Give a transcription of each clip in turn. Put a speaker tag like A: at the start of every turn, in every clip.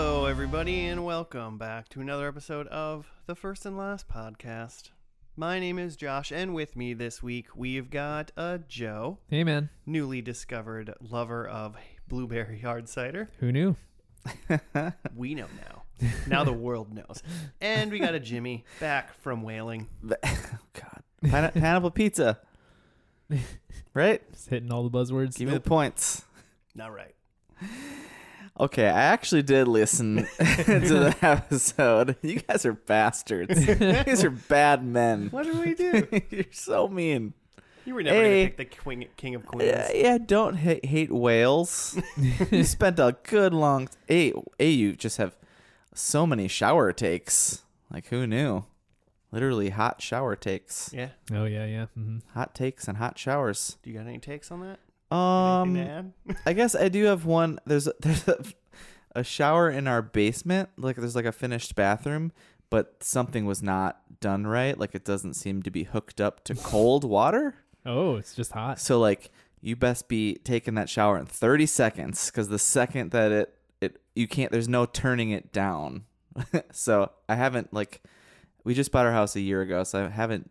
A: everybody, and welcome back to another episode of the First and Last Podcast. My name is Josh, and with me this week we've got a Joe,
B: Hey, man.
A: newly discovered lover of blueberry hard cider.
B: Who knew?
A: We know now. Now the world knows. And we got a Jimmy back from whaling.
C: oh God, Pine- pineapple pizza. Right?
B: Just hitting all the buzzwords.
C: Give me the points.
A: Not right.
C: Okay, I actually did listen to the episode. You guys are bastards. These are bad men.
A: What did we do?
C: You're so mean.
A: You were never
C: Hey.
A: going to pick the queen, king of queens.
C: Yeah, yeah don't hate, hate whales. you spent a good long. Hey, hey, you just have so many shower takes. Like who knew? Literally hot shower takes.
A: Yeah.
B: oh, yeah, yeah. hmm
C: Hot takes and hot showers.
A: Do you got any takes on that?
C: Um,
A: Anything to add?
C: I guess I do have one. There's a, there's a, a shower in our basement. Like there's like a finished bathroom, but something was not done right. Like it doesn't seem to be hooked up to cold water.
B: Oh, it's just hot.
C: So like you best be taking that shower in 30 seconds because the second that it it you can't there's no turning it down. so I haven't like we just bought our house a year ago, so I haven't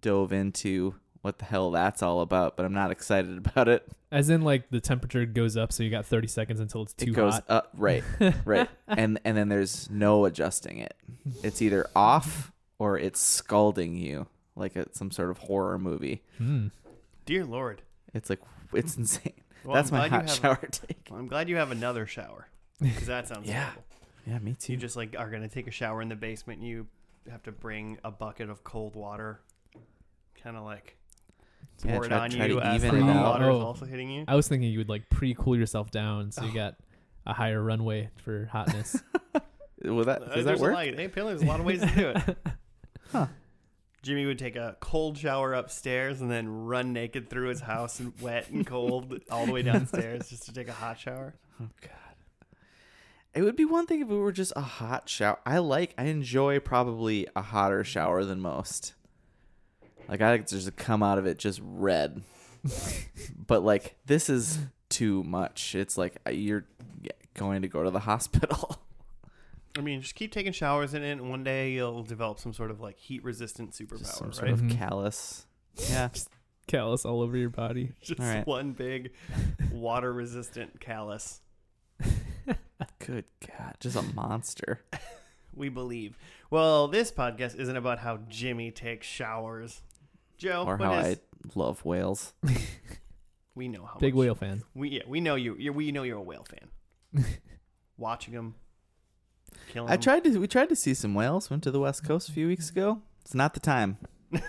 C: dove into what the hell that's all about, but I'm not excited about it.
B: As in, like, the temperature goes up, so you got 30 seconds until it's too
C: it goes
B: hot.
C: up right right and and then there's no adjusting it it's either off or it's scalding you like it's some sort of horror movie
B: Mm.
A: Dear Lord.
C: it's like it's insane
A: Well,
C: that's
A: I'm
C: my
A: glad
C: hot
A: you have-
C: shower take
A: Well, I'm glad you have another shower. Because that sounds
C: Yeah.
A: horrible.
C: yeah me
A: You
C: too
A: just like are gonna take a shower in the basement. And you have to bring a bucket of cold water, kind of like
C: Yeah,
A: pour it
C: try-
A: on
C: try to
A: you as the
C: even
B: it
A: hot
B: out.
A: water is
B: Oh.
A: also hitting
C: Uh,
A: you.
B: I was thinking you would, like, pre cool yourself down, so you got a higher runway for hotness.
C: will that
A: Uh,
C: does that
A: there's a
C: work
A: lot- hey, apparently there's a lot of ways to do it. Jimmy would take a cold shower upstairs and then run naked through his house and wet and cold all the way downstairs just to take a hot shower.
C: it would be one thing if it were just a hot shower i like i enjoy probably a hotter shower than most like i like to just come out of it just red but like this is too much it's like uh, you're going to go to the hospital
A: I mean, just keep taking showers in it, and one day you'll develop some sort of like heat resistant
C: Just
A: superpower,
C: some
A: right?
C: sort of
B: Mhm.
C: callus. Yeah.
B: Callus all over your body.
A: just
C: All right.
A: one big water resistant callus.
C: Good God. Just a monster.
A: we believe. Well, this podcast isn't about how Jimmy takes showers. Joe,
C: or
A: what
C: how
A: is-
C: I love whales.
A: we know how
B: Big
A: much-
B: whale fan.
A: We yeah, we know you. You're, we know you're a whale fan. Watching them, killing.
C: I
A: 'em.
C: tried to. We tried to see some whales. Went to the West Coast a few weeks ago. It's not the time.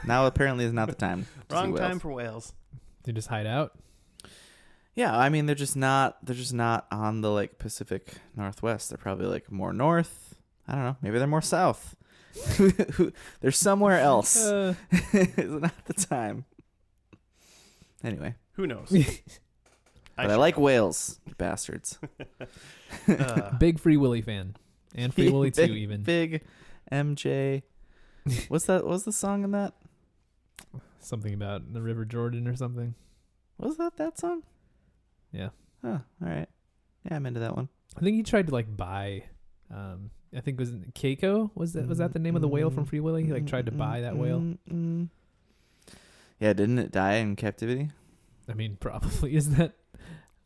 C: Now apparently is not the time. to see
A: Wrong
C: whales.
A: time for whales.
B: You just hide out.
C: Yeah, I mean they're just not. They're just not on the like Pacific Northwest. They're probably like more north. I don't know. Maybe they're more south. they're somewhere else.
B: Uh,
C: it's not the time. Anyway,
A: Who knows?
C: but I, like whales, you bastards.
A: should- uh,
B: big Free Willy fan. And Free Willy too,
C: Big-
B: even.
C: Big MJ. What's that? What's the song in that?
B: Something about the River Jordan or something.
C: Was that that song?
B: Yeah.
C: Huh. All right. Yeah, I'm into that one.
B: I think he tried to like buy. Um, I think it was Keiko. Was that was that the name of the whale
C: Mm-hmm.
B: from Free Willy? He like
C: Mm,
B: tried to buy that whale.
C: Mm-mm-mm. mm. Yeah, didn't it die in captivity? Mm-hmm.
B: I mean, probably isn't that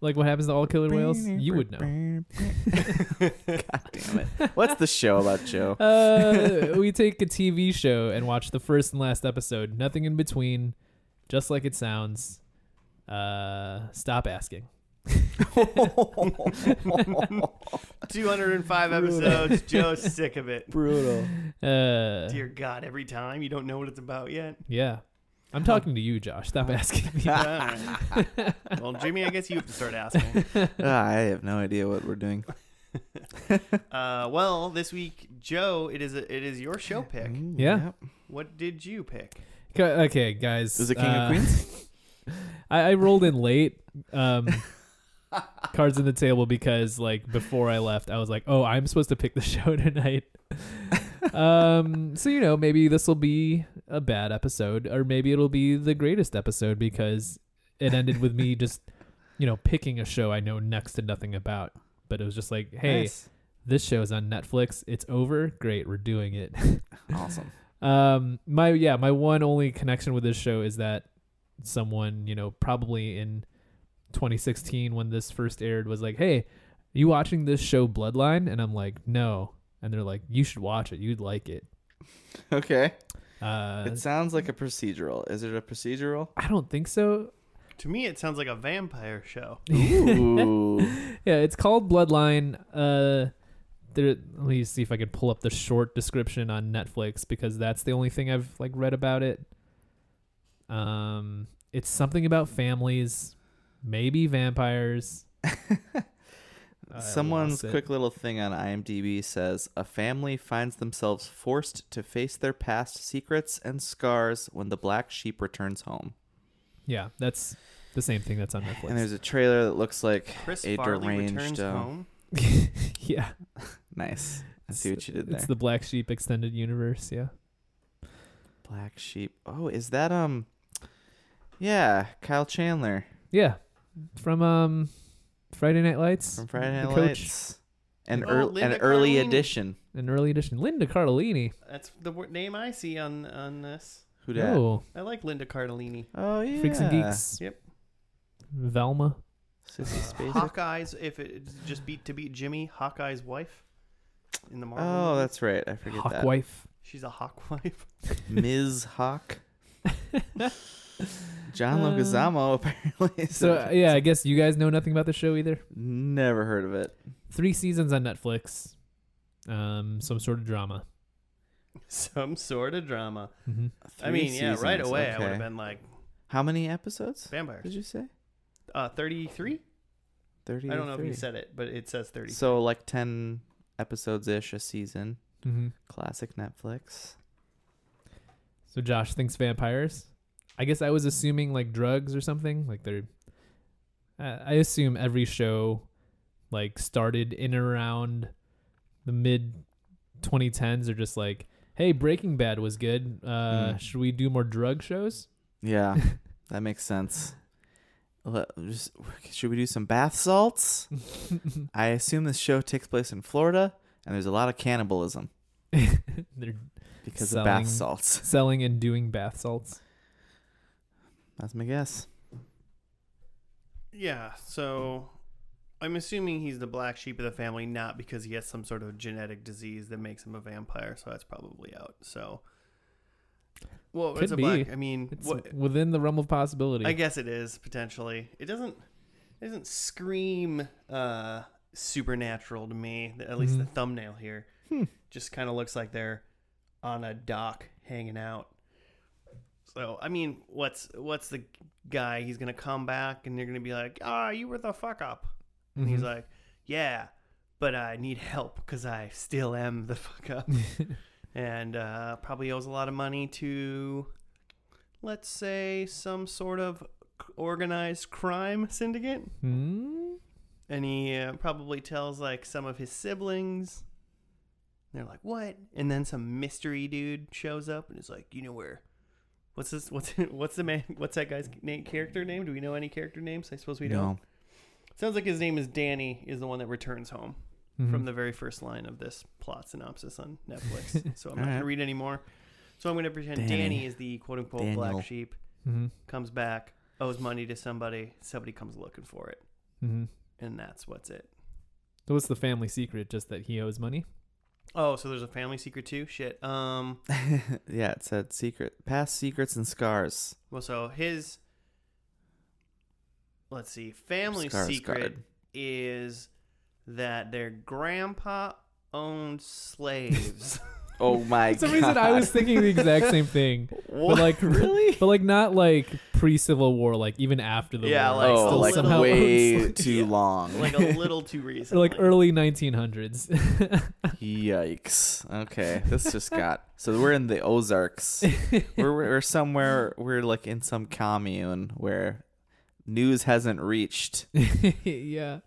B: like what happens to all killer whales? You would know.
C: God damn it! What's the show about, Joe?
B: Uh, we take a TV show and watch the first and last episode. Nothing in between, just like it sounds. Uh, stop asking.
A: Two hundred and five episodes. Joe's sick of it.
C: Brutal.
B: Uh,
A: Dear God, every time you don't know what it's about yet.
B: yeah, I'm talking to you, Josh. Stop asking me.
A: All right. well, Jimmy, I guess you have to start asking.
C: Ah, I have no idea what we're doing.
A: Uh, well, this week, Joe, it is a, it is your show pick.
C: Ooh,
B: Yeah.
C: yep.
A: What did you pick?
B: Ca- Okay, guys.
C: Is it King
B: uh,
C: of Queens?
B: I, I rolled in late. Um, cards on the table because like before I left, I was like, oh, I'm supposed to pick the show tonight. um, so you know, maybe this will be a bad episode, or maybe it'll be the greatest episode because it ended with me just, you know, picking a show I know next to nothing about. But it was just like, hey,
C: Nice.
B: This show is on Netflix. It's over. Great, we're doing it.
C: Awesome.
B: Um, my yeah, my one only connection with this show is that someone you know probably in 2016 when this first aired was like, "Hey, you watching this show Bloodline?" And I'm like, "No," and they're like, "You should watch it. You'd like it."
C: Okay.
B: Uh,
C: It sounds like a procedural. Is it a procedural?
B: I don't think so.
A: To me, it sounds like a vampire show.
C: Ooh.
B: Yeah, it's called Bloodline. Uh, there, let me see if I could pull up the short description on Netflix because that's the only thing I've like read about it. Um, it's something about families, maybe vampires. I
C: Someone's
B: lost it.
C: quick little thing on IMDb says a family finds themselves forced to face their past secrets and scars when the black sheep returns home.
B: Yeah, that's the same thing that's on
C: And there's
B: Netflix.
C: a trailer that looks like
A: Chris
C: a
A: Farley
C: deranged.
A: returns
C: uh,
A: home.
B: yeah,
C: Nice. I see what you did there.
B: it's the Black Sheep extended universe. Yeah,
C: black sheep. Oh, is that um? Yeah, Kyle Chandler
B: yeah, from um, Friday Night Lights,
C: from Friday
B: The
C: Night
B: coach.
C: Lights. An,
A: Oh,
C: earl- an
A: Linda
C: early
A: Cardellini.
C: edition.
B: an early edition. Linda Cardellini.
A: That's the wor- name I see on on this.
C: Who dat?
B: Oh,
A: I like Linda Cardellini.
C: Oh yeah.
B: Freaks and Geeks.
A: Yep.
B: Velma.
C: Sissy Spacek.
A: Hawkeye's, if it just beat to beat Jimmy, Hawkeye's wife in the Marvel.
C: Oh,
A: movie.
C: that's right. I forget
B: Hawk
C: that.
B: wife.
A: she's a hawk wife.
C: Ms. Hawk. John
B: Uh,
C: Leguizamo apparently. is
B: So uh,
C: in it.
B: yeah, I guess you guys know nothing about the show either.
C: never heard of it.
B: Three seasons on Netflix. Um, some sort of drama.
A: Some sort of drama.
B: hmm
A: I
C: Three
A: mean, yeah, right
C: seasons,
A: away I would
C: okay.
A: have been like
C: How many episodes
A: vampires.
C: did you say?
A: Uh, thirty-three.
C: Thirty.
A: I don't know if you said it, but it says thirty.
C: So like ten episodes ish a season.
B: hmm
C: Classic Netflix.
B: So Josh thinks vampires. I guess I was assuming like drugs or something. Like they're. I I assume every show, like started in and around the mid 2010s, are just like, hey, Breaking Bad was good. Uh,
C: Mm.
B: Should we do more drug shows?
C: Yeah, that makes sense. Le- just- should we do some bath salts? I assume this show takes place in Florida, and there's a lot of cannibalism
B: They're
C: because
B: Selling-
C: of bath salts.
B: selling and doing bath salts.
C: That's my guess.
A: Yeah, so I'm assuming he's the black sheep of the family, not because he has some sort of genetic disease that makes him a vampire. So that's probably out. So, well,
B: Could
A: it's a
B: be.
A: black. I mean,
B: It's
A: what,
B: within the realm of possibility.
A: I guess it is potentially. It doesn't. It doesn't scream uh, supernatural to me. At least the
B: Mhm.
A: thumbnail here
C: Hmm.
A: just kind of looks like they're on a dock hanging out. So I mean, what's what's the guy? He's gonna come back and they're gonna be like, "Ah, you were the fuck up," and he's
B: Mhm.
A: like, "Yeah." But I need help because I still am the fuck up, and uh, probably owes a lot of money to, let's say, some sort of organized crime syndicate
B: Hmm?
A: and he uh, probably tells like some of his siblings. They're like, "What?" And then some mystery dude shows up and is like, "You know where? What's this? What's what's the man? What's that guy's name? Character name? Do we know any character names? I suppose we don't.
C: no.
A: Sounds like his name is Danny. Is the one that returns home from
B: Mhm.
C: Mm-hmm.
A: the very first line of this plot synopsis on Netflix. so I'm not
C: All right.
A: gonna read any more. So I'm gonna pretend Danny,
C: Danny.
A: is the quote unquote
C: Daniel.
A: black sheep.
B: Mhm.
A: Comes back, owes money to somebody. Somebody comes looking for it,
B: Mhm.
A: and that's what's it.
B: So what's the family secret? Just that he owes money.
A: Oh, so there's a family secret too? Shit. Um
C: yeah, it said secret past secrets and scars.
A: well so his let's see, family
C: Scars
A: secret
C: guard.
A: is that their grandpa owned slaves.
C: Oh my
B: For some reason, I was thinking the exact same thing,
C: What?
B: like-
C: really?
B: but like not like pre Civil War, like even after the
A: Yeah,
B: war.
A: like,
C: oh,
A: still
C: like
A: somehow
C: way
B: owns-
C: too
A: Yeah.
C: long.
A: like a little too
B: or,
A: recent.
B: like early 1900s.
C: Yikes. Okay, this just got so we're in the Ozarks. we're we're somewhere. We're like in some commune where news hasn't reached.
B: yeah,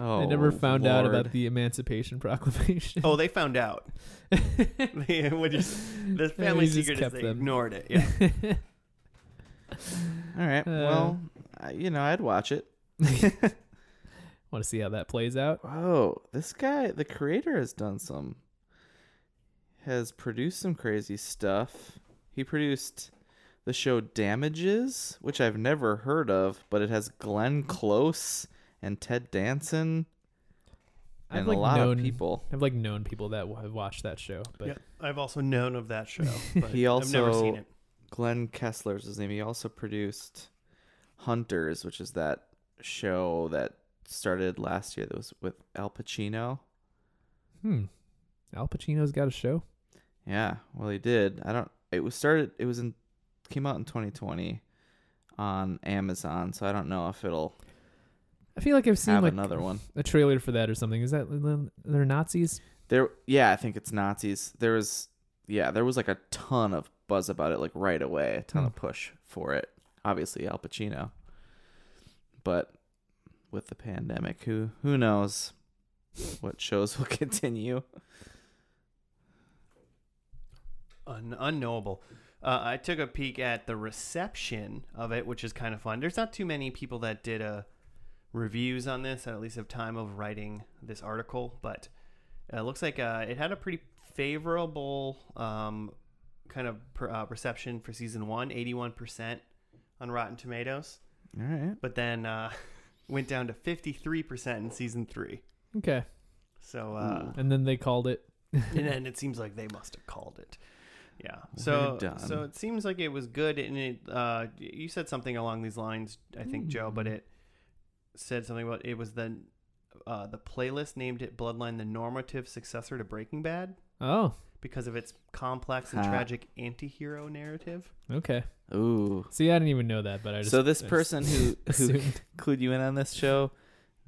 C: Oh,
B: I never found out
C: Lord.
B: about the Emancipation Proclamation.
A: Oh, they found out. They- what you s- the family
B: They just
A: secret is
B: kept
A: they
B: them.
A: ignored it. Yeah.
C: All right.
B: Uh,
C: well, I, you know, I'd watch it.
B: Want to see how that plays out?
C: Whoa, this guy, the creator, has done some, has produced some crazy stuff. He produced the show Damages, which I've never heard of, but it has Glenn Close and Ted Danson
B: I've,
C: and
B: like,
C: a lot
B: known-
C: of people.
B: I've like known people that have watched that show, but
A: Yeah, I've also known of that show. But
C: He
A: I've never
C: also-
A: seen it.
C: Glenn Kessler's his name. He also produced Hunters, which is that show that started last year that was with Al Pacino.
B: hmm, Al Pacino's got a show.
C: Yeah, well, he did. I don't. It was started. It was in. Came out in 2020 on Amazon, so I don't know if it'll
B: I feel like I've seen
C: have
B: like
C: another one.
B: a trailer for that or something. Is that they're Nazis?
C: There, yeah, I think it's Nazis. There was, yeah, there was like a ton of buzz about it, like right away, a ton of
B: Hmm.
C: push for it. Obviously, Al Pacino, but with the pandemic, who who knows what shows will continue?
A: Un- unknowable. Uh, I took a peek at the reception of it, which is kind of fun. There's not too many people that did uh, reviews on this, at least of time of writing this article, but uh, it looks like uh, it had a pretty favorable um, kind of per, uh, reception for season one, 81% on Rotten Tomatoes,
C: All right,
A: but then uh, went down to 53% in season three.
B: Okay,
A: So, uh,
B: and then they called it.
A: and then it seems like they must have called it. Yeah. So
C: We're done.
A: so it seems like it was good, and it. Uh, you said something along these lines, I think, Joe,
C: Mm-hmm.
A: but it said something about it was the uh, the playlist named it Bloodline the normative successor to Breaking Bad
B: Oh,
A: because of its complex and
C: Ha.
A: tragic anti-hero narrative.
B: okay.
C: ooh.
B: See, I didn't even know that, but I just
C: so this
B: I just
C: person who who
B: assumed.
C: clued you in on this show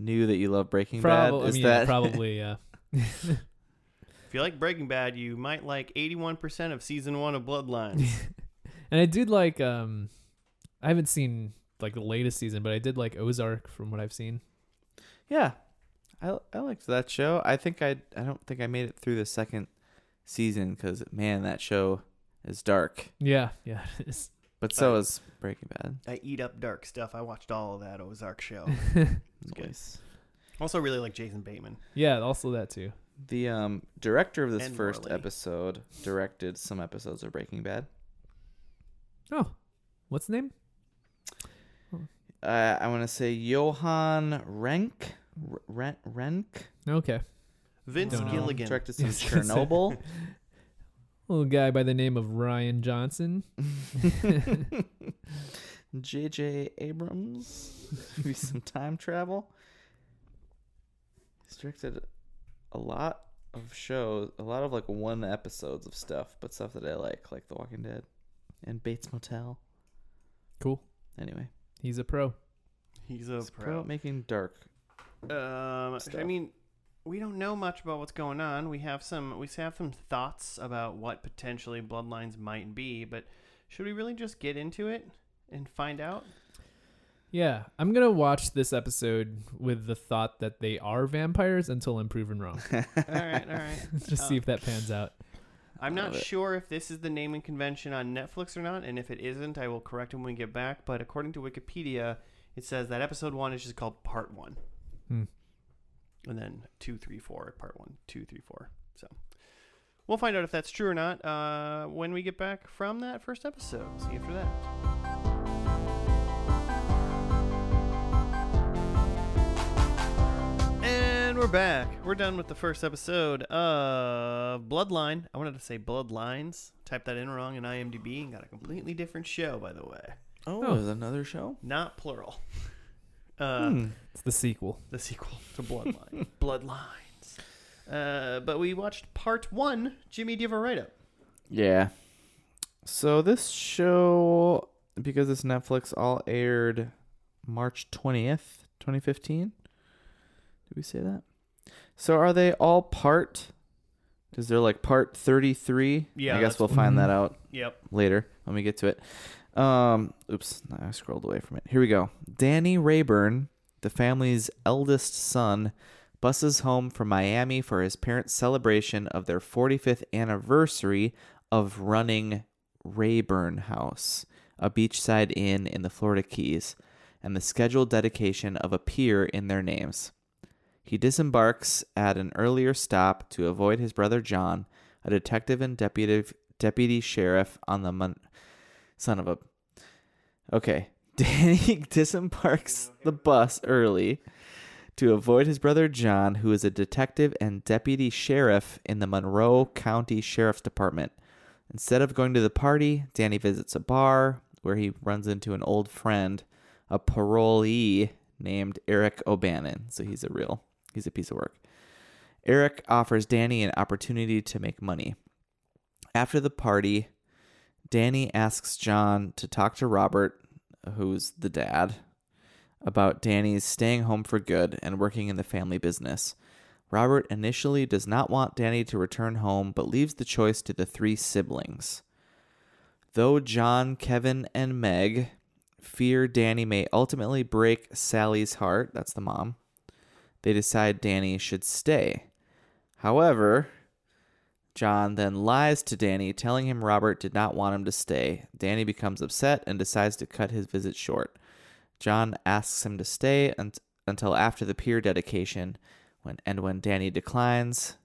C: knew that you love Breaking
B: Probably,
C: Bad.
B: I
C: Is
B: mean,
C: that
B: probably, yeah.
A: If you like Breaking Bad, you might like 81% of season one of Bloodline.
B: And I did like, um, I haven't seen like the latest season, but I did like Ozark from what I've seen.
C: Yeah, I I liked that show. I think I I don't think I made it through the second season because man, that show is dark.
B: Yeah, yeah, it is.
C: But so is Breaking Bad.
A: I eat up dark stuff. I watched all of that Ozark show. good.
C: Nice.
A: also, really like Jason Bateman.
B: yeah, also that too.
C: The um director of this
A: And
C: first
A: Morley.
C: episode directed some episodes of Breaking Bad.
B: Oh, what's the name?
C: Uh, I want to say Johan Renk. R- Ren- Renk
B: Okay,
A: Vince
B: Don't know.
A: Gilligan.
C: directed some
B: Yes, that's it.
C: Chernobyl.
B: little guy by the name of Ryan Johnson.
C: J.J. Abrams. Maybe some time travel. He's directed a lot of shows, a lot of like one episodes of stuff, but stuff that I like, like The Walking Dead and Bates Motel.
B: Cool.
C: Anyway,
B: He's a pro.
A: He's a
C: it's
A: pro.
C: pro making dark.
A: Um, I
C: stuff.
A: mean, we don't know much about what's going on. We have some we have some thoughts about what potentially bloodlines might be, but should we really just get into it and find out?
B: Yeah, I'm gonna watch this episode with the thought that they are vampires until I'm proven wrong.
A: all right, all right.
B: Just see if that pans out.
A: I'm not
C: Love it.
A: sure if this is the naming convention on Netflix or not, and if it isn't, I will correct it when we get back. But according to Wikipedia, it says that episode one is just called Part One,
B: Hmm.
A: and then two, three, four, Part One, two, three, four. So we'll find out if that's true or not uh, when we get back from that first episode. See you after that. And we're back. We're done with the first episode of Bloodline. I wanted to say Bloodlines. Typed that in wrong in IMDb and got a completely different show, by the way.
C: Oh,
B: there's
C: another show.
A: Not plural. Uh,
C: Hmm.
B: It's the sequel.
A: The sequel to Bloodline. Bloodlines. Uh, but we watched part one. Jimmy, do you have a write up?
C: Yeah. So this show, because it's Netflix, all aired March 20th, 2015. Did we say that? So are they all part? Is there like part 33?
A: Yeah,
C: I guess
A: that's-
C: we'll find that
B: Mhm.
C: out
A: Yep.
C: later when we get to it. Um, oops, no, I scrolled away from it. Here we go. Danny Rayburn, the family's eldest son, busses home from Miami for his parents' celebration of their 45th anniversary of running Rayburn House, a beachside inn in the Florida Keys, and the scheduled dedication of a pier in their names. He disembarks at an earlier stop to avoid his brother John, a detective and deputy deputy sheriff on the mon- son of a. Okay, Danny disembarks the bus early to avoid his brother John, who is a detective and deputy sheriff in the Monroe County Sheriff's Department. Instead of going to the party, Danny visits a bar where he runs into an old friend, a parolee named Eric O'Bannon. So he's a real, he's a piece of work. Eric offers Danny an opportunity to make money. After the party, Danny asks John to talk to Robert, who's the dad, about Danny's staying home for good and working in the family business. Robert initially does not want Danny to return home, but leaves the choice to the three siblings. Though John, Kevin, and Meg fear Danny may ultimately break Sally's heart, that's the mom, they decide Danny should stay. However, John then lies to Danny, telling him Robert did not want him to stay. Danny becomes upset and decides to cut his visit short. John asks him to stay un- until after the pier dedication, when and when Danny declines,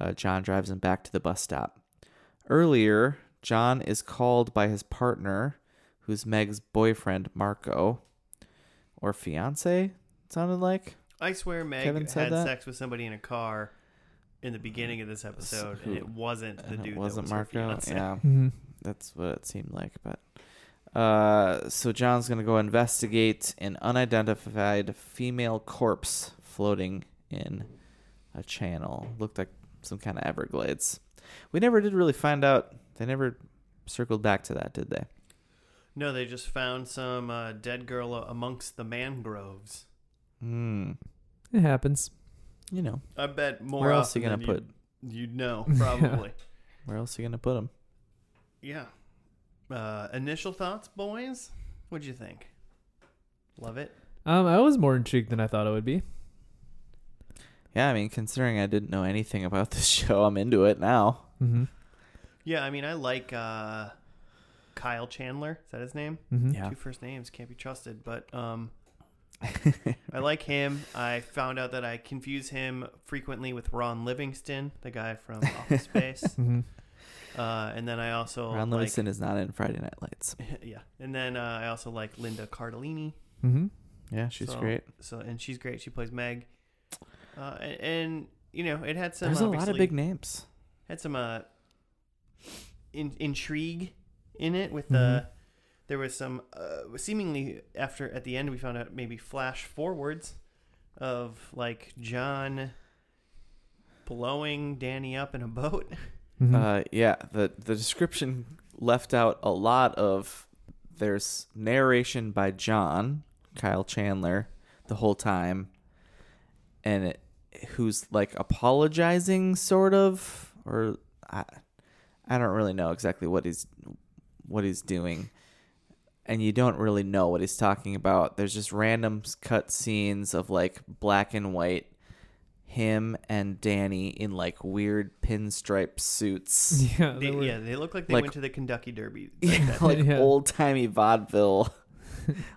C: uh, John drives him back to the bus stop. Earlier, John is called by his partner, who's Meg's boyfriend Marco, or fiance. It sounded like
A: I swear Meg
C: Kevin said
A: had
C: that?
A: sex with somebody in a car in the beginning of this episode, and
C: who-
A: it wasn't the
C: and
A: dude.
C: it wasn't
A: that was her
C: Marco.
A: fiancé.
C: Yeah.
B: Mm-hmm.
C: that's what it seemed like. But uh, so John's gonna go investigate an unidentified female corpse floating in a channel. Looked like some kind of Everglades. We never did really find out. They never circled back to that, did they?
A: No, they just found some uh, dead girl amongst the mangroves.
C: Hmm.
B: It happens.
C: You know,
A: I bet more.
C: where else are you
A: often
C: gonna
A: than
C: put?
A: You, would know
B: Yeah.
A: probably.
C: Where else are you gonna put them?
A: yeah. Uh, initial thoughts, boys. What'd you think? Love it.
B: Um, I was more intrigued than I thought it would be.
C: Yeah, I mean, considering I didn't know anything about this show, I'm into it now.
B: Mm-hmm.
A: Yeah, I mean, I like uh, Kyle Chandler. Is that his name?
B: Mm-hmm.
C: Yeah.
A: Two first names can't be trusted, but um, I like him. I found out that I confuse him frequently with Ron Livingston, the guy from Office Space.
B: Mm-hmm.
A: Uh, and then I also
C: Ron
A: like,
C: Livingston is not in Friday Night Lights.
A: yeah, and then uh, I also like Linda Cardellini.
B: Mm-hmm.
C: Yeah, she's
A: So-
C: great.
A: So and she's great. She plays Meg. Uh, and, and you know it had some
C: There's a lot of
A: obviously-
C: big names.
A: had some uh in, intrigue in it with
C: Mm-hmm.
A: the there was some uh, seemingly after at the end we found out maybe flash forwards of like John blowing Danny up in a boat.
B: Mm-hmm.
C: Uh, yeah, the the description left out a lot of there's narration by John Kyle Chandler the whole time, and it, who's like apologizing sort of, or I I don't really know exactly what he's what he's doing, and you don't really know what he's talking about. There's just random s- cut scenes of like black and white. Him and Danny in like weird pinstripe suits.
B: yeah,
A: They-
B: there were-
A: yeah, they look like they
C: Oh, like-
A: went to the Kentucky Derby.
C: Yeah, like
B: Yeah.
C: old timey vaudeville.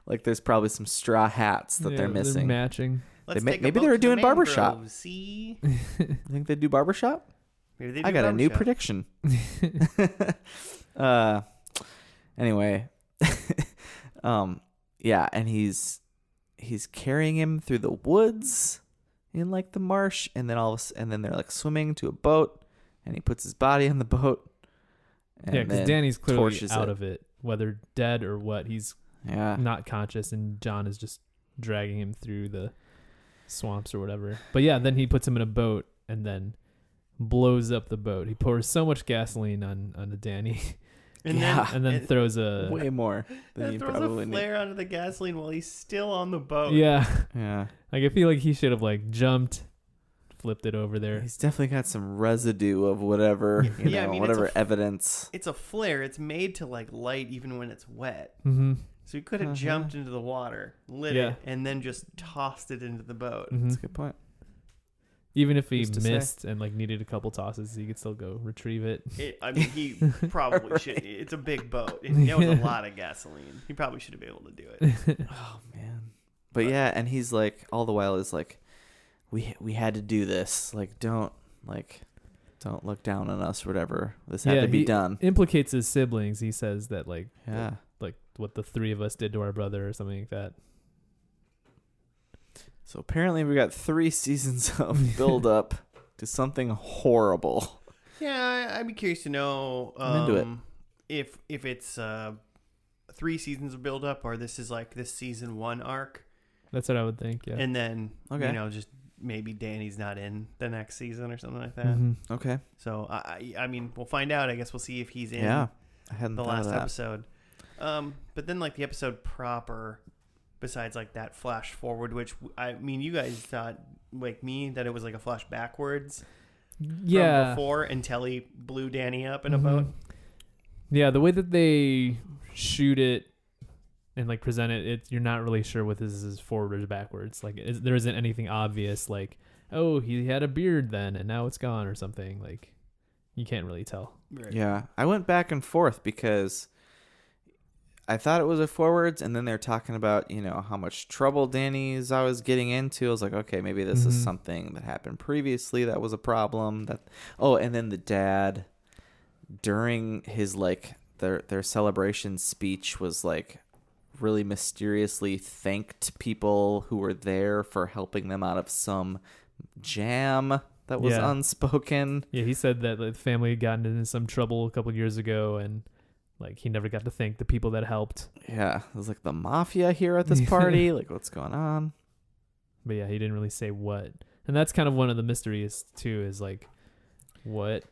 C: like there's probably some straw hats that
B: yeah,
C: they're missing.
B: matching.
A: Let's
C: may-
A: take a
C: maybe
A: boat
C: they
A: to
C: were
A: the
C: doing barbershop.
A: mangroves, See,
C: I think they do barbershop.
A: maybe they
C: I
A: do
C: got a new
A: barbershop.
C: prediction. uh, anyway, um, yeah, and he's he's carrying him through the woods in like the marsh, and then all of a s- and then they're like swimming to a boat, and he puts his body on the boat. and
B: yeah, because
C: then
B: Danny's clearly
C: torches
B: out
C: it.
B: of it, whether dead or what. He's
C: yeah,
B: not conscious, and John is just dragging him through the swamps or whatever. But yeah, then he puts him in a boat and then blows up the boat. He pours so much gasoline on on the Danny,
A: And
C: Yeah.
A: then
B: and then
A: and-
B: throws a
C: way more than
A: and
C: you
A: throws
C: probably
A: a
C: need.
A: flare onto the gasoline while he's still on the
C: oh.
A: boat.
B: yeah.
C: Yeah.
B: Like I feel like he should have like jumped, flipped it over there.
C: He's definitely got some residue of whatever, you
A: Yeah, I
C: know,
A: mean, it's
C: whatever
A: a-
C: evidence.
A: It's a flare. It's made to like light even when it's wet.
B: Mm-hmm.
A: So he could have
C: Uh-huh.
A: jumped into the water, lit
B: Yeah.
A: it, and then just tossed it into the boat.
B: hmm
C: That's a good point.
B: Even if he
C: Who's to say?
B: missed and like needed a couple tosses, he could still go retrieve it.
A: It, I mean, he probably should. It's a big boat. And that was a lot of gasoline. He probably should have been able to do it.
C: Oh man. But yeah, and he's like all the while is like we we had to do this. Like don't like don't look down on us. Whatever. This had
B: Yeah,
C: to be
B: he-
C: done.
B: Implicates his siblings. He says that like
C: Yeah.
B: like what the three of us did to our brother or something like that.
C: So apparently we got three seasons of build up to something horrible.
A: Yeah, I, I'd be curious to know um,
C: I'm into it.
A: if if it's uh, three seasons of build up or this is like this season one arc,
B: That's what I would think. Yeah.
A: and then
C: Okay.
A: you know just maybe Danny's not in the next season or something like
C: uh,
A: that.
C: Mm-hmm.
B: Mhm.
C: Okay.
A: So I I I mean we'll find out. I guess we'll see if he's in
C: Yeah. I hadn't
A: the
C: thought
A: last
C: of that.
A: episode. Um, but then like the episode proper, besides like that flash forward, which I mean you guys thought like me that it was like a flash backwards
B: Yeah.
A: from before until he blew Danny up in
C: Mm-hmm.
B: Mhm.
A: a boat.
B: Yeah, the way that they shoot it and like present it, it you're not really sure what this is forward or backwards. Like is, there isn't anything obvious like oh, he had a beard then and now it's gone or something. Like you can't really tell.
A: Right.
C: Yeah, I went back and forth because I thought it was a forwards, and then they're talking about you know how much trouble Danny's always getting into. I was like, okay, maybe this is
B: Mhm.
C: something that happened previously that was a problem. That oh, and then the dad during his like their their celebration speech was like really mysteriously thanked people who were there for helping them out of some jam that was
B: Yeah.
C: unspoken.
B: Yeah, he said that like, the family had gotten into some trouble a couple years ago and like he never got to thank the people that helped.
C: Yeah, it was like the mafia here at this party. like, what's going on?
B: But yeah, he didn't really say what. And that's kind of one of the mysteries too is like what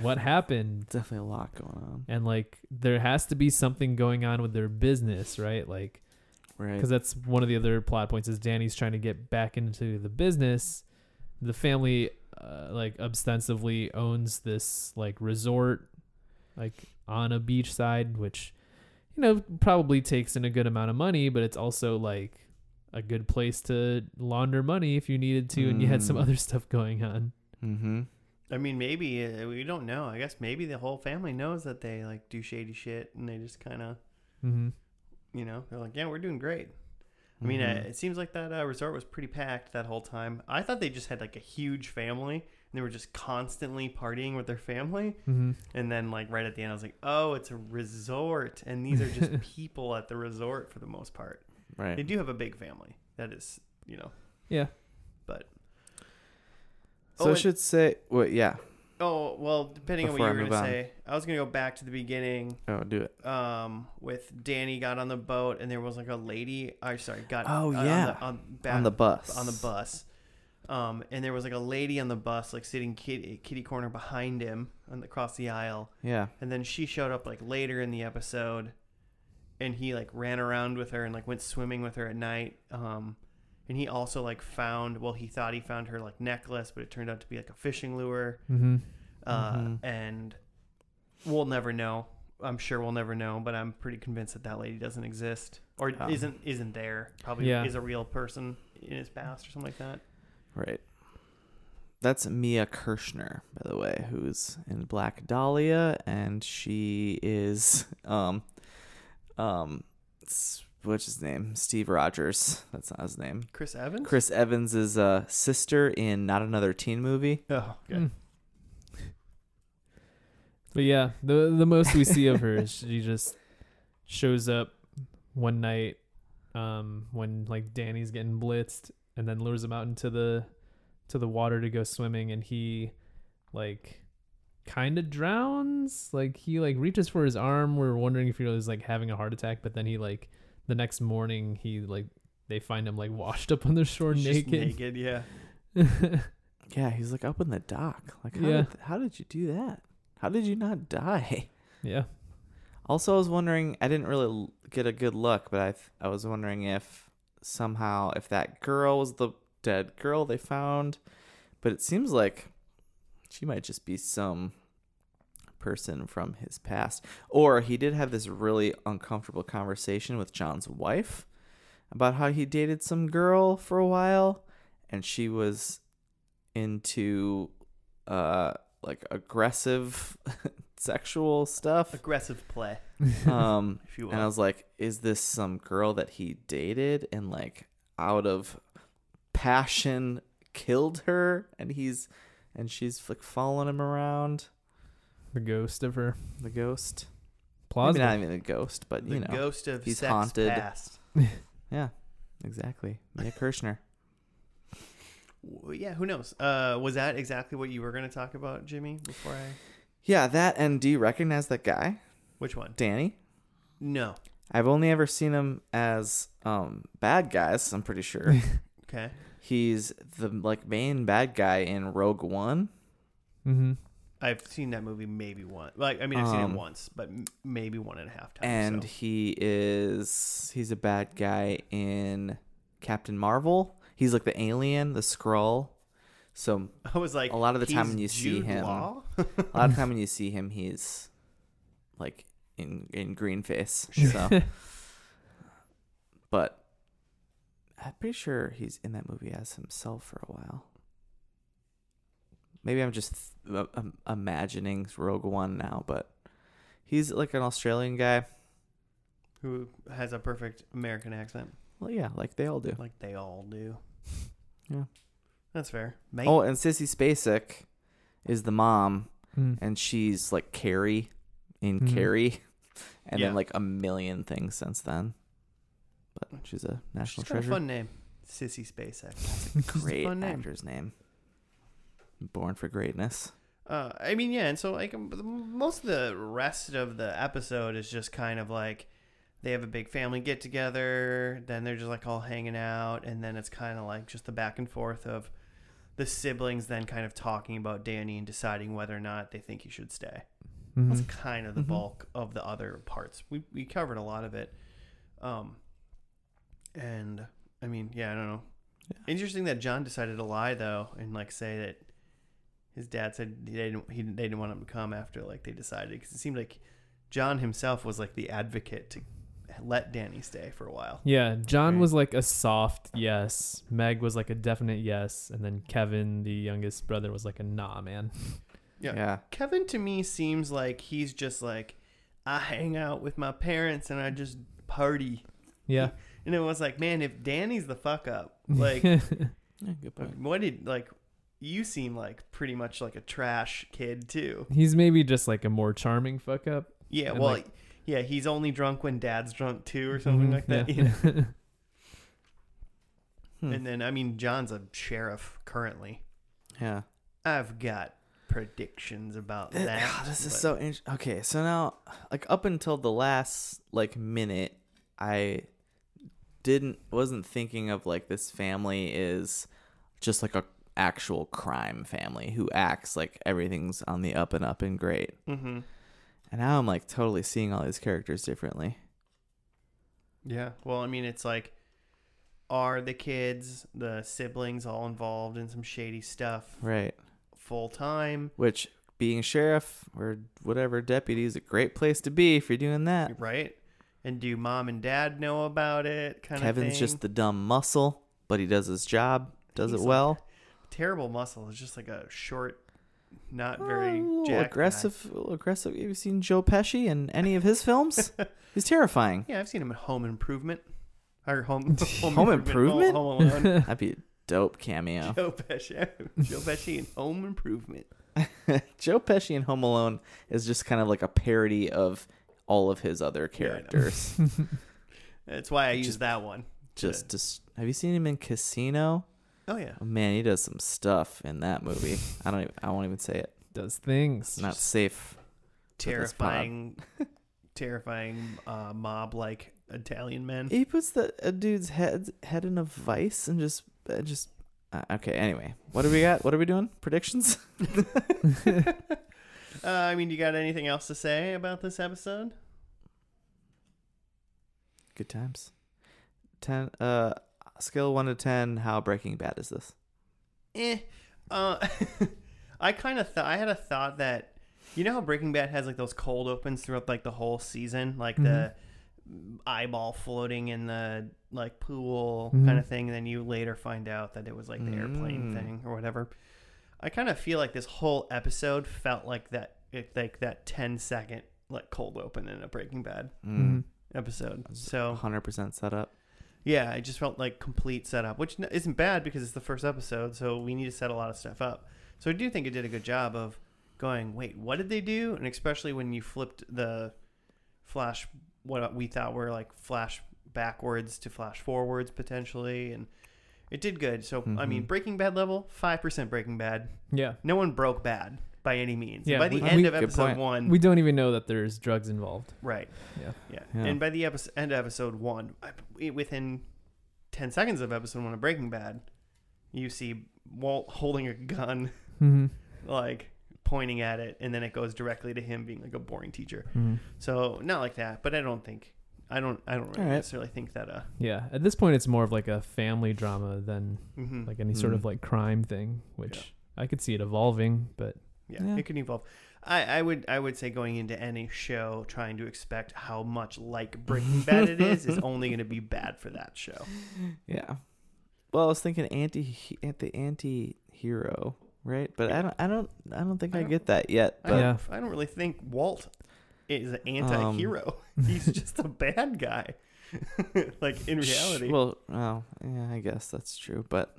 B: what happened?
C: Definitely a lot going on.
B: and like there has to be something going on with their business right like
C: Right.
B: because that's one of the other plot points is danny's trying to get back into the business the family uh, like ostensibly owns this like resort like on a beach side which you know probably takes in a good amount of money but it's also like a good place to launder money if you needed to and you had some
C: Mm.
B: other stuff going on
C: Mm-hmm.
A: I mean, maybe uh, we don't know. I guess maybe the whole family knows that they like do shady shit, and they just kind of,
B: mm-hmm.
A: you know, they're like, yeah, we're doing great. I mean,
C: Mm-hmm.
A: uh, it seems like that uh, resort was pretty packed that whole time. I thought they just had like a huge family, and they were just constantly partying with their family.
B: Mm-hmm.
A: And then, like right at the end, I was like, oh, it's a resort, and these are just people at the resort for the most part. They
C: right.
A: do have a big family. That is, you know,
B: yeah
A: but
C: So
A: Oh,
C: I
A: and-
C: should say, well, yeah.
A: oh well. Depending
C: Before I
A: on what you were
C: move
A: gonna
C: on.
A: say, I was gonna go back to the beginning.
C: Oh, do it.
A: um with Danny got on the boat and there was like a lady I sorry got
C: Oh,
A: on the-
C: yeah.
A: on, the,
C: on the bus.
A: on the bus um and there was like a lady on the bus like sitting kitty, kitty corner behind him on the, across the aisle
C: Yeah.
A: and then she showed up like later in the episode and he like ran around with her and like went swimming with her at night um and he also like found well he thought he found her like necklace but it turned out to be like a fishing lure
B: mm-hmm.
A: uh,
C: Mhm.
A: and we'll never know. I'm sure we'll never know, but I'm pretty convinced that that lady doesn't exist or
C: Oh.
A: isn't isn't there. Probably
B: Yeah.
A: is a real person in his past or something like that.
C: Right. That's Mia Kirshner, by the way, who's in Black Dahlia, and she is um, um, s- what's his name? Steve Rogers. That's not his name.
A: Chris Evans.
C: Chris Evans' uh, sister in not another teen movie.
A: Oh,
B: Mm. But yeah, the the most we see of her is she just shows up one night um when like Danny's getting blitzed and then lures him out into the to the water to go swimming and he like kind of drowns like he like reaches for his arm we're wondering if he was like having a heart attack but then he like the next morning he like they find him like washed up on the shore
A: He's just
B: naked,
A: naked. Yeah.
C: Yeah, he's like up in the dock. Like, how,
B: Yeah.
C: did, how did you do that? How did you not die?
B: yeah
C: Also, I was wondering. I didn't really l- get a good look, but I th- I was wondering if somehow if that girl was the dead girl they found, but it seems like she might just be some person from his past. Or he did have this really uncomfortable conversation with John's wife about how he dated some girl for a while, and she was into uh like aggressive sexual stuff
A: Aggressive play,
C: um
A: if you will.
C: and i was like is this some girl that he dated and like out of passion killed her, and he's and she's like following him around.
B: The ghost of her
C: The ghost, maybe
B: plausible.
C: not even the ghost, but
A: The
C: you know,
A: ghost of
C: he's
A: sex
C: haunted.
A: past.
C: yeah, exactly. Mia Kirshner.
A: W- Yeah, who knows? Uh, was that exactly what you were going to talk about, Jimmy? Before I,
C: yeah, that and do you recognize that guy,
A: which one?
C: Danny?
A: No.
C: I've only ever seen him as um bad guys. I'm pretty sure
A: Okay.
C: he's the like main bad guy in Rogue One.
B: mm-hmm.
A: I've seen that movie maybe once. Like, I mean, I've seen
C: Um,
A: it once, but m- maybe one and a half times.
C: and
A: so.
C: he is he's a bad guy in Captain Marvel. He's like the alien, the Skrull. So
A: I was like,
C: a lot of the time
A: "He's
C: when you see
A: Jude
C: him-
A: Law?"
C: a lot of time when you see him, he's like in in green face. So, but I'm pretty sure he's in that movie as himself for a while. Maybe I'm just th- um, imagining Rogue One now, but he's like an Australian guy.
A: who has a perfect American accent,
C: Well, yeah, like they all do.
A: like they all do.
C: Yeah.
A: that's fair. Mate,
C: Oh, and Sissy Spacek is the mom,
B: Mm.
C: and she's like Carrie in
B: Mhm.
C: Carrie, and
A: Yeah.
C: then like a million things since then. But she's a
A: she's
C: national
A: got a
C: treasure.
A: fun name, Sissy SpaceX.
C: Great
A: fun name.
C: actor's name. Born for greatness.
A: Uh, I mean, yeah, and so like m- most of the rest of the episode is just kind of like they have a big family get together, then they're just like all hanging out, and then it's kind of like just the back and forth of the siblings then kind of talking about Danny and deciding whether or not they think he should stay. That's
B: Mhm.
A: kind of the
C: Mhm.
A: bulk of the other parts. We we covered a lot of it, um, and I mean, yeah, I don't know.
C: Yeah.
A: Interesting that John decided to lie though, and like say that his dad said they didn't he, they didn't want him to come after like they decided because it seemed like John himself was like the advocate to let Danny stay for a while.
B: Yeah, John
A: Right.
B: was like a soft yes. Meg was like a definite yes, and then Kevin, the youngest brother, was like a nah, man.
A: Yeah.
C: yeah.
A: Kevin to me seems like he's just like I hang out with my parents and I just party.
B: Yeah,
A: And it was like, man, if Danny's the fuck up, like
C: Yeah, good point.
A: What did like you seem like pretty much like a trash kid too?
B: he's maybe just like a more charming fuck up.
A: Yeah,
B: And,
A: well,
B: like-
A: yeah, he's only drunk when dad's drunk too, or something
C: Mm-hmm.
B: Mhm,
A: like that.
B: yeah.
A: you know?
C: Hmm.
A: And then I mean, John's a sheriff currently.
C: Yeah.
A: I've got predictions about
C: Th-
A: that.
C: ah, this is
A: but-
C: so interesting. Okay, so now, like up until the last like minute, I didn't wasn't thinking of like this family is just like a actual crime family who acts like everything's on the up and up and great.
A: Mhm.
C: And now I'm like totally seeing all these characters differently.
A: Yeah. Well, I mean, it's like, are the kids, the siblings, all involved in some shady stuff
C: Right.
A: full time?
C: Which being sheriff or whatever deputy is a great place to be if you're doing that.
A: Right. And do mom and dad know about it? Kind of
C: Kevin's
A: thing?
C: just the dumb muscle, but he does his job, does
A: He's
C: it
A: like-
C: well.
A: terrible muscle. It's just like a short, not very
C: Oh, a little
A: jacked guy.
C: aggressive. a little aggressive. Have you seen Joe Pesci in any of his films? He's terrifying.
A: Yeah, I've seen him in Home Improvement. Or Home Home,
C: Home Improvement?
A: Home, Home Alone.
C: That'd be a dope cameo.
A: Joe Pesci. Joe Pesci in Home Improvement.
C: Joe Pesci in Home Alone is just kind of like a parody of all of his
A: I
C: other
A: know.
C: characters.
A: That's why I
C: Just-
A: used that one.
C: just, just have you seen him in Casino?
A: Oh yeah.
C: Oh, man, he does some stuff in that movie. I don't. Even, I won't even say it.
B: Does
C: It's
B: things.
C: not safe. this pod.
A: Terrifying terrifying uh, mob like Italian men.
C: He puts the a dude's head head in a vice and just uh, just. Uh, okay. Anyway, what do we got? What are we doing? Predictions?
A: Uh, I mean, you got anything else to say about this episode?
C: Good times. Ten. Uh, scale one to ten. How Breaking Bad is this?
A: eh. Uh, I kind of thought I had a thought that you know how Breaking Bad has like those cold opens throughout like the whole season, like the eyeball floating in the like pool kind of thing. And then you later find out that it was like the airplane
C: Mm.
A: thing or whatever. I kind of feel like this whole episode felt like that, like that 10 second like cold open in a Breaking Bad
B: Mhm.
A: episode. So
C: Hundred Mm, percent set up.
A: yeah, I just felt like complete setup, which n- isn't bad because it's the first episode, so we need to set a lot of stuff up. So I do think it did a good job of going, wait, what did they do? And especially when you flipped the flash, what we thought were like flash backwards to flash forwards potentially, and it did good. So I
B: Mm-hmm.
A: mean,
C: Mhm.
A: Breaking Bad level five percent Breaking Bad.
B: Yeah.
A: No one broke bad by any means.
B: Yeah,
A: by the
B: we-
A: end
B: we-
A: of
C: Good
A: episode
C: point.
A: one,
B: We don't even know that there's drugs involved.
A: Right.
B: Yeah.
A: Yeah.
C: Yeah.
A: And by the episode, end of episode one, I- within 10 seconds of episode one of Breaking Bad, you see Walt holding a gun,
B: Mm-hmm.
A: like pointing at it, and then it goes directly to him being like a boring teacher.
C: Mm-hmm.
A: So, not like that, but I don't think. I don't. I don't really
C: All right.
A: necessarily think that. Uh,
B: Yeah. At this point, it's more of like a family drama than
A: mhm.
B: like any sort of
C: Mhm.
B: like crime thing, which I could see it evolving, but
A: yeah,
C: Yeah.
A: it can evolve. I, I would. I would say going into any show, trying to expect how much like Breaking Bad it is, is only going to be bad for that show.
C: Yeah. Well, I was thinking anti at the anti hero, right? But I don't I don't I don't think
A: I
C: I,
A: don't-
C: get that yet.
A: I don't,
C: But
B: Yeah.
A: I don't really think Walt is an anti-hero.
C: Um,
A: He's just a bad guy. like in reality,
C: Well, oh, yeah, I guess that's true, but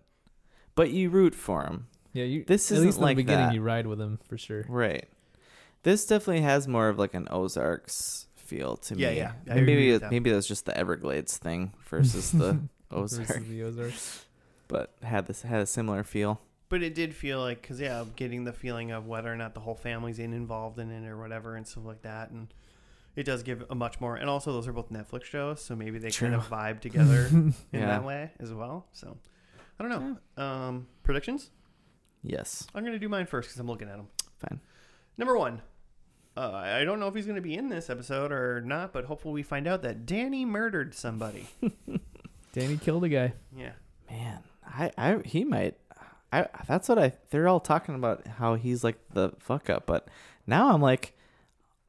C: but you root for him.
B: yeah, you.
C: This
B: at
C: isn't
B: least in
C: like
B: the beginning,
C: that.
B: you ride with him for sure.
C: Right. This definitely has more of like an Ozarks feel to
A: Yeah,
C: me.
A: yeah, I agree
C: Maybe
A: with that.
C: maybe that's just the Everglades thing versus the Ozark,
B: Versus the Ozark.
C: but had this had a similar feel.
A: but it did feel like because yeah, I'm getting the feeling of whether or not the whole family's in involved in it or whatever and stuff like that, and it does give a much more. And also, those are both Netflix shows, so maybe they kind of vibe together in
C: Yeah.
A: that way as well. So I don't know. Um, predictions?
C: Yes.
A: I'm gonna do mine first because I'm looking at them.
C: Fine.
A: Number one. Uh, I don't know if he's going to be in this episode or not, but hopefully we find out that Danny murdered somebody.
B: Danny killed a guy.
A: Yeah.
C: Man, I, I he might. I that's what I. They're all talking about how he's like the fuck up, but now I'm like,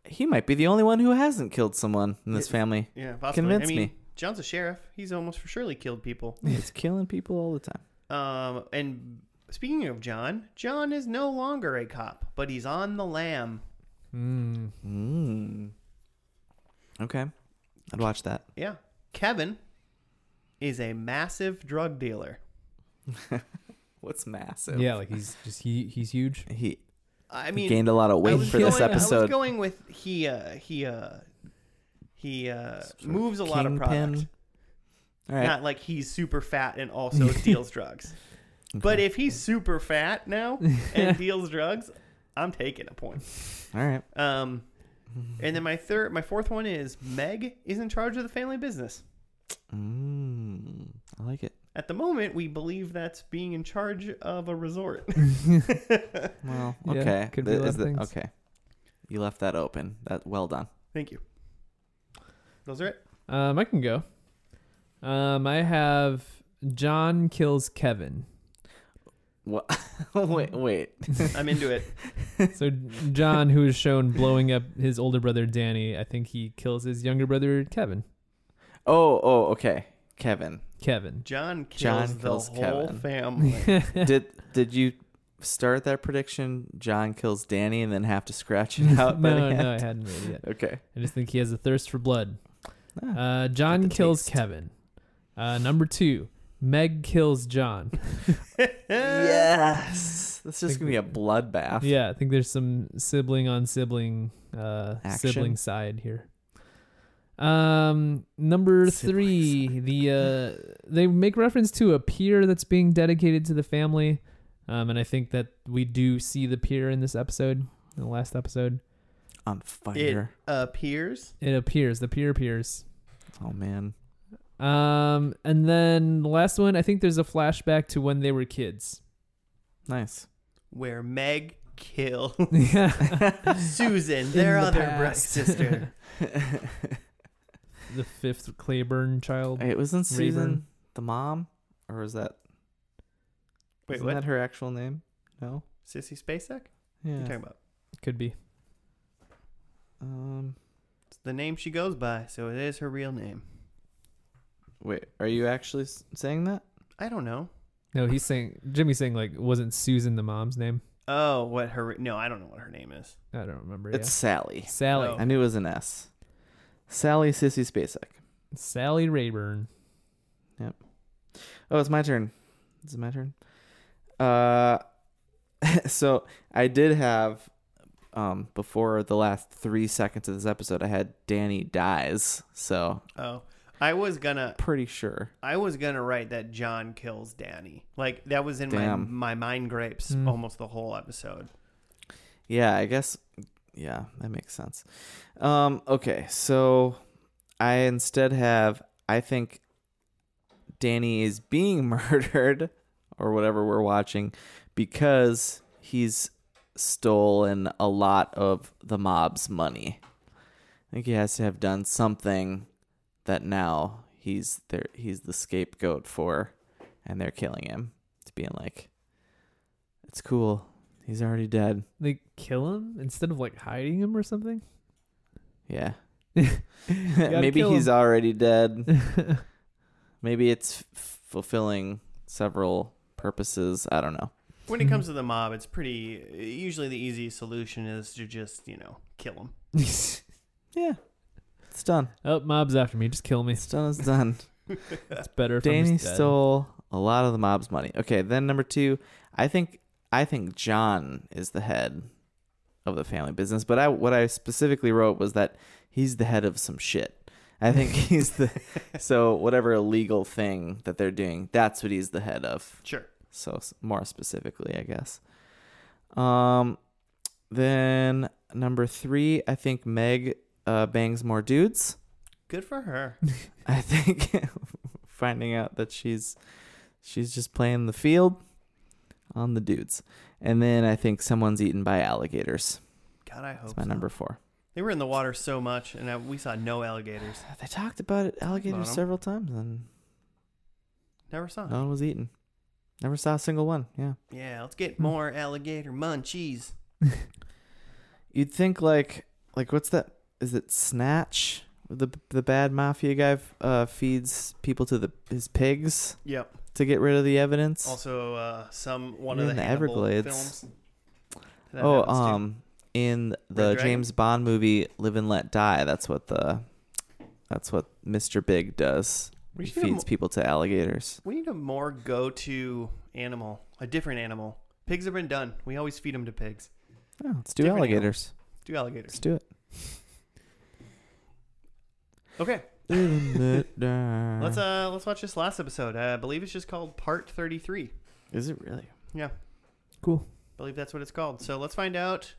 C: he might be the only one who hasn't killed someone in this
A: Yeah.
C: family.
A: Yeah, possibly. I
C: Convince
A: mean,
C: me.
A: John's a sheriff. He's almost for surely killed people.
C: He's killing people all the time.
A: Um, and speaking of John, John is no longer a cop, but he's on the lam.
B: Mm.
C: Mm. Okay, I'd watch that.
A: Yeah. Kevin is a massive drug dealer.
C: What's massive?
B: Yeah, like he's just he he's huge.
C: he
A: I mean,
C: gained a lot of
A: I
C: weight
A: was
C: for
A: going,
C: this
A: I was
C: episode.
A: going with he uh he uh he uh
C: Sort of
A: moves a lot of
C: kingpin.
A: product.
C: All right,
A: Not like he's super fat and also deals drugs. But
C: okay.
A: if he's super fat now and deals drugs, I'm taking a point.
C: all right,
A: Um, and then my third, my fourth one is Meg is in charge of the family business.
C: mm, I like it.
A: At the moment, we believe that's being in charge of a resort.
C: Well,
B: Yeah,
C: okay,
B: could be a
C: Th-
B: lot
C: is
B: of
C: the-
B: things.
C: okay. You left that open. That well done.
A: Thank you. Those are it.
B: Um, I can go. Um, I have John kills Kevin.
C: What? wait,
B: Mm-hmm.
C: wait.
A: I'm into it.
B: So John, who is shown blowing up his older brother Danny, I think he kills his younger brother Kevin.
C: Oh, oh, okay. Kevin,
B: Kevin.
A: John kills
C: John
A: the
C: kills
A: whole
C: Kevin.
A: family.
C: did did you start that prediction? John kills Danny, and then have to scratch it out. by the
B: no,
C: end?
B: no, I hadn't read it yet.
C: Okay.
B: I just think he has a thirst for blood.
C: Ah.
B: Uh, John
C: the
B: kills
C: taste.
B: Kevin. Uh, number two, Meg kills John.
C: yes. This is
B: Think
C: gonna be
B: we-
C: a bloodbath.
B: yeah, I think there's some sibling on sibling, uh,
C: Action.
B: sibling side here. Um, number
C: Sibling
B: three, the uh, they make reference to a pier that's being dedicated to the family, um, and I think that we do see the pier in this episode, in the last episode.
C: On
A: it
C: fire.
A: appears.
B: It appears the pier appears.
C: Oh man.
B: Um, and then the last one, I think there's a flashback to when they were kids.
C: Nice.
A: where Meg killed
B: Yeah.
A: Susan,
B: In
A: their
B: the
A: other bro-
B: past.
A: sister.
B: the fifth Claiborne child.
C: It wasn't Susan
B: Rayburn.
C: the mom, or was that?
A: Wait,
C: isn't
A: what?
C: that her actual name? No.
A: Sissy Spacek? What are you
C: Yeah.
A: talking about?
B: Could be.
C: Um.
A: It's the name she goes by, so it is her real name.
C: Wait. Are you actually s- saying that?
A: I don't know.
B: No, he's saying Jimmy's saying like wasn't Susan the mom's name?
A: Oh, what her? No, I don't know what her name is.
B: I don't remember.
C: It's Sally.
B: yeah. Sally.
A: Oh.
C: I knew it was an S. Sally Sissy Spacek.
B: Sally Rayburn.
C: Oh, it's my turn. Is it my turn? Uh, so I did have, um, before the last three seconds of this episode, I had Danny dies. So
A: Oh, I was gonna
C: pretty sure.
A: I was gonna write that John kills Danny. Like that was in
C: Damn.
A: my my mind grapes
B: Hmm.
A: almost the whole episode.
C: Yeah, I guess. Yeah, that makes sense. Um, okay, so I instead have I think Danny is being murdered or whatever we're watching because he's stolen a lot of the mob's money. I think he has to have done something that now he's there he's the scapegoat for and they're killing him. It's being like it's cool. He's already dead.
B: They kill him instead of like hiding him or something.
C: Yeah.
B: You
C: Maybe
B: kill
C: he's
B: him.
C: already dead. Maybe it's f- fulfilling several purposes. I don't know.
A: When it comes to the mob, it's pretty usually the easiest solution is to just you know kill him.
C: Yeah. It's done.
B: oh, mob's after me. Just kill me.
C: It's done. It's done.
B: It's better. If I'm
C: Danny
B: just dead.
C: stole a lot of the mob's money. Okay, then number 2, I think I think John is the head of the family business, but I what I specifically wrote was that he's the head of some shit. I think he's the so whatever illegal thing that they're doing, that's what he's the head of.
A: Sure.
C: so s- more specifically i guess um then number three i think meg uh, bangs more dudes
A: Good for her.
C: i think finding out that she's she's just playing the field on the dudes and then i think someone's eaten by alligators
A: God, I hope
C: that's my
A: so.
C: number four
A: They were in the water so much, and I, we saw no alligators.
C: they talked about it alligators
A: Bottom.
C: several times and
A: Never saw. 'em.
C: no one was eaten never saw a single one yeah
A: Yeah, let's get more alligator munchies.
C: You'd think like like what's that? Is it Snatch? The the bad mafia guy f- uh, feeds people to the his pigs
A: Yep.
C: to get rid of the evidence.
A: Also, uh, some one
C: You're
A: of
C: in
A: the,
C: the
A: Hannibal
C: Everglades.
A: films. That
C: oh,
A: happens too.
C: um, in
A: Red
C: the
A: Dragon?
C: James Bond movie Live and Let Die, that's what the that's what Mr. Big does.
A: we
C: He
A: should have
C: feeds people to alligators.
A: We need a more go-to animal, a different animal. Pigs have been done. We always feed them to pigs.
C: Oh, let's do
A: Different
C: alligators.
A: Do alligators.
C: Let's do it.
A: Okay,
C: Live and let die.
A: let's uh let's watch this last episode. Uh, I believe it's just called Part Thirty Three.
C: Is it really?
B: Cool.
A: believe that's what it's called. So let's find out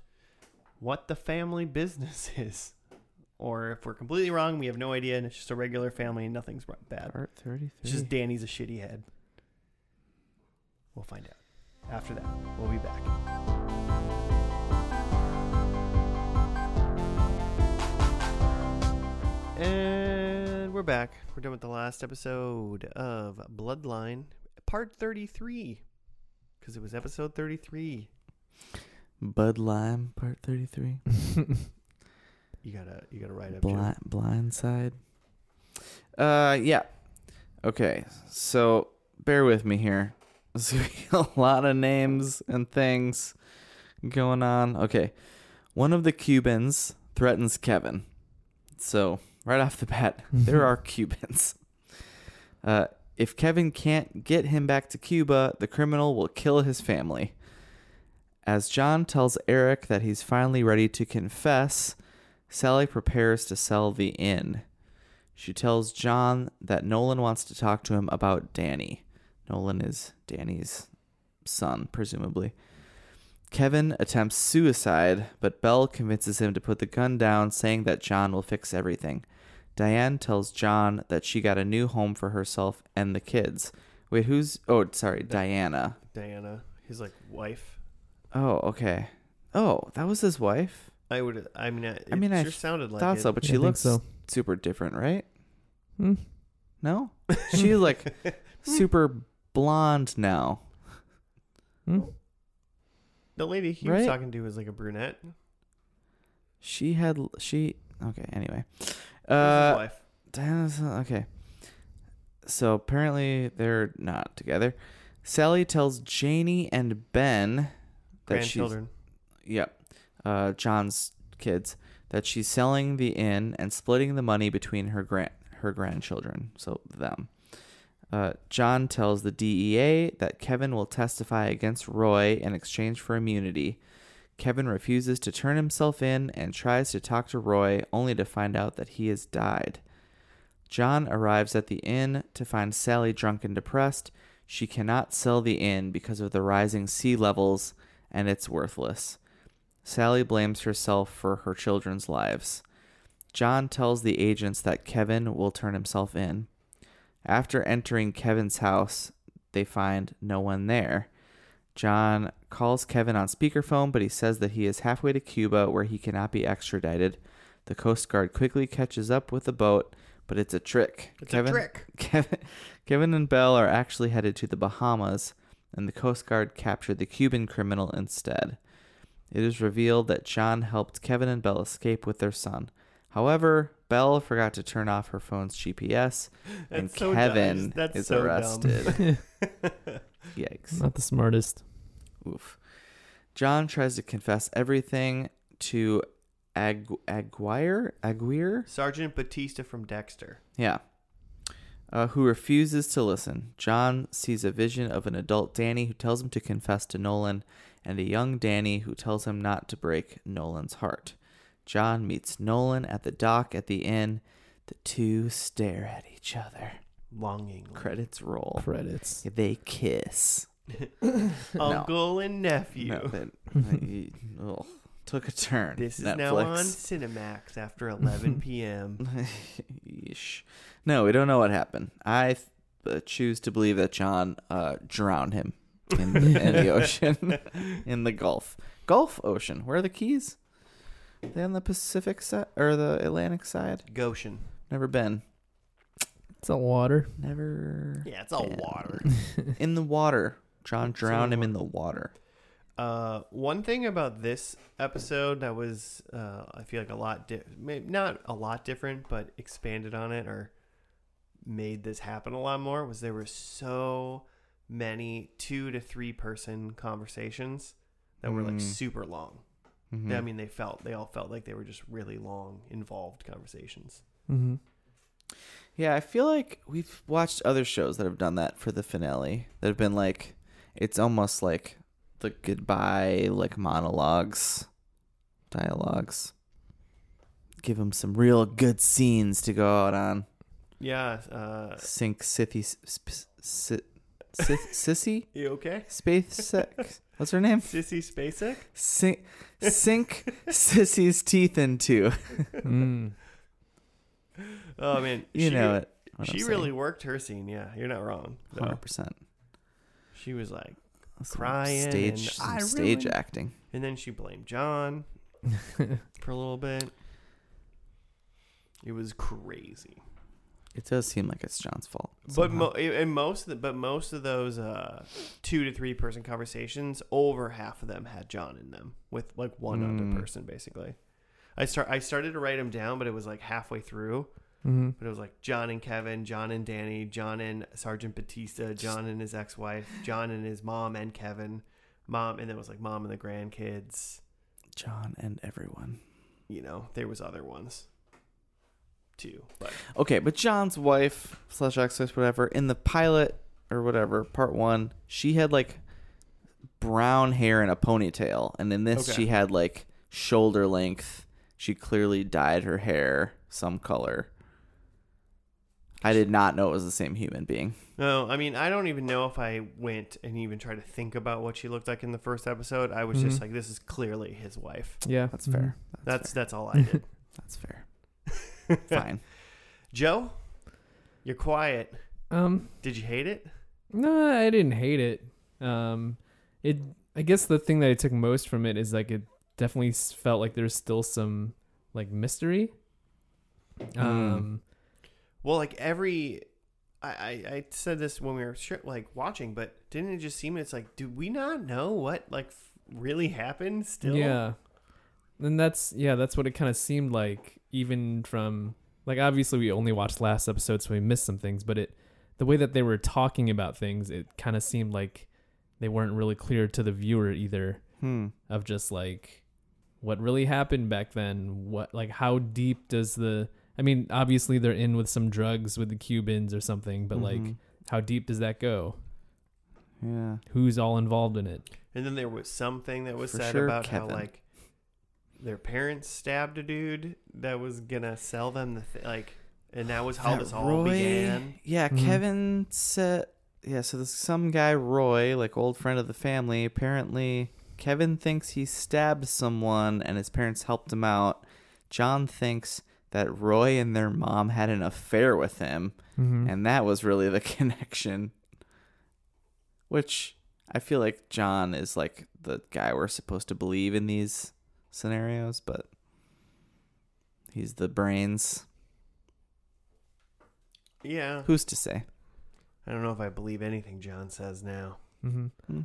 A: what the family business is, or if we're completely wrong, we have no idea, and it's just a regular family, and nothing's wrong- bad.
C: Part thirty
A: It's just
C: three.
A: Danny's a shitty head. We'll find out. After that, we'll be back. And we're back. We're done with the last episode of Bloodline, part 33. Because it was episode 33.
C: Bud Lime. Part thirty three.
A: You gotta, you gotta write up. Jim.
C: Blind, blindside. Uh, yeah. Okay, so bear with me here. There's gonna be a lot of names and things going on. Okay, one of the Cubans threatens Kevin. So right off the bat, there are Cubans. Uh, if Kevin can't get him back to Cuba, the criminal will kill his family. As John tells Eric that he's finally ready to confess, Sally prepares to sell the inn. She tells John that Nolan wants to talk to him about Danny. Nolan is Danny's son, presumably. Kevin attempts suicide, but Belle convinces him to put the gun down, saying that John will fix everything. Diane tells John that she got a new home for herself and the kids. Wait, who's. Oh, sorry, Diana.
A: Diana, his like wife.
C: Oh, okay. Oh, that was his wife?
A: I would, I mean, it
C: I mean, I
A: sure sounded like
C: thought
A: it.
C: so, but
B: Yeah,
C: she
B: I think
C: looks
B: so.
C: super different, right?
B: Hmm.
C: No, she's like super blonde now.
B: Hmm?
A: The lady he was
C: Right?
A: talking to was like a brunette.
C: She had she okay. Anyway,
A: Who's his
C: uh,
A: wife.
C: Diana's okay. So apparently they're not together. Sally tells Janie and Ben that she's
A: grandchildren.
C: Yep. Uh, John's kids that she's selling the inn and splitting the money between her grand her grandchildren, so them. Uh, John tells the DEA that Kevin will testify against Roy in exchange for immunity. Kevin refuses to turn himself in and tries to talk to Roy, only to find out that he has died. John arrives at the inn to find Sally drunk and depressed. She cannot sell the inn because of the rising sea levels, and it's worthless. Sally blames herself for her children's lives. John tells the agents that Kevin will turn himself in. After entering Kevin's house, they find no one there. John calls Kevin on speakerphone, but he says that he is halfway to Cuba where he cannot be extradited. The Coast Guard quickly catches up with the boat, but it's a trick.
A: It's a
C: Kevin,
A: trick.
C: Kevin, Kevin and Bell are actually headed to the Bahamas, and the Coast Guard captured the Cuban criminal instead. It is revealed that John helped Kevin and Bell escape with their son. However, Bell forgot to turn off her phone's GPS, and
A: That's so
C: Kevin
A: dumb. That's
C: is
A: so dumb.
C: arrested. Yikes.
B: Not the smartest.
C: Oof. John tries to confess everything to Ag- Aguirre? Aguirre?
A: Sergeant Batista from Dexter.
C: Yeah. Uh, who refuses to listen. John sees a vision of an adult Danny who tells him to confess to Nolan, and a young Danny who tells him not to break Nolan's heart. John meets Nolan at the dock at the inn. The two stare at each other.
A: Longing.
C: Credits roll.
B: Credits.
C: They kiss.
A: Uncle and nephew.
C: No, that- you- ugh. took a turn.
A: This is
C: Netflix.
A: now on Cinemax after 11 p.m.
C: Yeesh. No, we don't know what happened. I uh, choose to believe that John uh, drowned him in, in the ocean, in the Gulf, Gulf Ocean. Where are the Keys? They on the Pacific side or the Atlantic side?
A: Goshen.
C: Never been.
B: It's a water.
C: Never
A: Yeah, it's all
C: been.
A: water.
C: in the water. John
A: It's in
C: drowned
A: the
C: him in the water.
A: Uh, one thing about this episode that was, uh, I feel like a lot, di- maybe not a lot different, but expanded on it or made this happen a lot more was there were so many two to three person conversations that were like
C: Mm.
A: super long.
C: Mhm.
A: I mean, they felt they all felt like they were just really long, involved conversations.
B: Mm-hmm.
C: Yeah, I feel like we've watched other shows that have done that for the finale. That have been like, it's almost like the goodbye, like monologues, dialogues. Give them some real good scenes to go out on.
A: Yeah. Uh,
C: Sink Sithy, sp- sit, Sith- Sissy,
A: you okay?
C: Space Sex. What's her name?
A: Sissy Spacek?
C: Sink, sink Sissy's teeth into.
B: Mm.
A: Oh man, she,
C: You know it. what I'm
A: She
C: saying.
A: really worked her scene. Yeah, you're not wrong. though.
C: 100%.
A: She was like,
C: Some
A: Crying and
C: Stage, some
A: I
C: stage
A: ruined-
C: acting.
A: and then she blamed John for a little bit. It was crazy,
C: It does seem like it's John's fault.
A: but mo- and most of the, but most of those uh, two to three person conversations, over half of them had John in them, with like one
C: Mm.
A: other person basically. I start I started to write them down, but it was like halfway through.
B: hmm
A: But it was like John and Kevin, John and Danny, John and Sergeant Batista, John and his ex-wife, John and his mom and Kevin, mom, and then it was like mom and the grandkids.
C: John and everyone.
A: You know, there was other ones too, but
C: Okay, but John's wife slash ex wife, whatever, in the pilot or whatever, part one, she had like brown hair and a ponytail, and in this
A: Okay.
C: she had like shoulder length. She clearly dyed her hair some color. I did not know it was the same human being.
A: no, I mean, I don't even know if I went and even tried to think about what she looked like in the first episode. I was just
B: Mhm.
A: like, this is clearly his wife.
B: Yeah.
C: That's fair.
A: That's
C: Mm-hmm. That's
A: Mm-hmm. that's all I did.
C: that's fair. Fine.
A: Joe, you're quiet.
B: Mhm. Um.
A: Did you hate it?
B: No, I didn't hate it. Um, it. I guess the thing that I took most from it is like it definitely s- felt like there's still some like mystery. Um.
A: Well, like every, I, I, I said this when we were sh- like watching, but didn't it just seem it's like, do we not know what like f- really happened? Still,
B: Yeah. And that's yeah, that's what it kind of seemed like. Even from like obviously we only watched last episode, so we missed some things. But it the way that they were talking about things, it kind of seemed like they weren't really clear to the viewer either.
C: Hmm.
B: of just like what really happened back then what like how deep does the i mean obviously they're in with some drugs with the cubans or something but like
C: Mhm.
B: How deep does that go?
C: Yeah.
B: Who's all involved in it?
A: And then there was something that was
C: For
A: said
C: sure,
A: about how
C: Kevin.
A: like their parents stabbed a dude that was gonna sell them the th- like, and that was how
C: That
A: this all
C: Roy-
A: began.
C: Yeah,
B: Mhm.
C: Kevin said. Yeah, so this some guy Roy, like old friend of the family, apparently Kevin thinks he stabbed someone and his parents helped him out. John thinks that Roy and their mom had an affair with him,
B: Mm-hmm.
C: and that was really the connection. Which I feel like John is like the guy we're supposed to believe in these scenarios, but he's the brains.
A: Yeah,
C: Who's to say?
A: I don't know if I believe anything John says now.
B: Mm-hmm.
C: Hmm.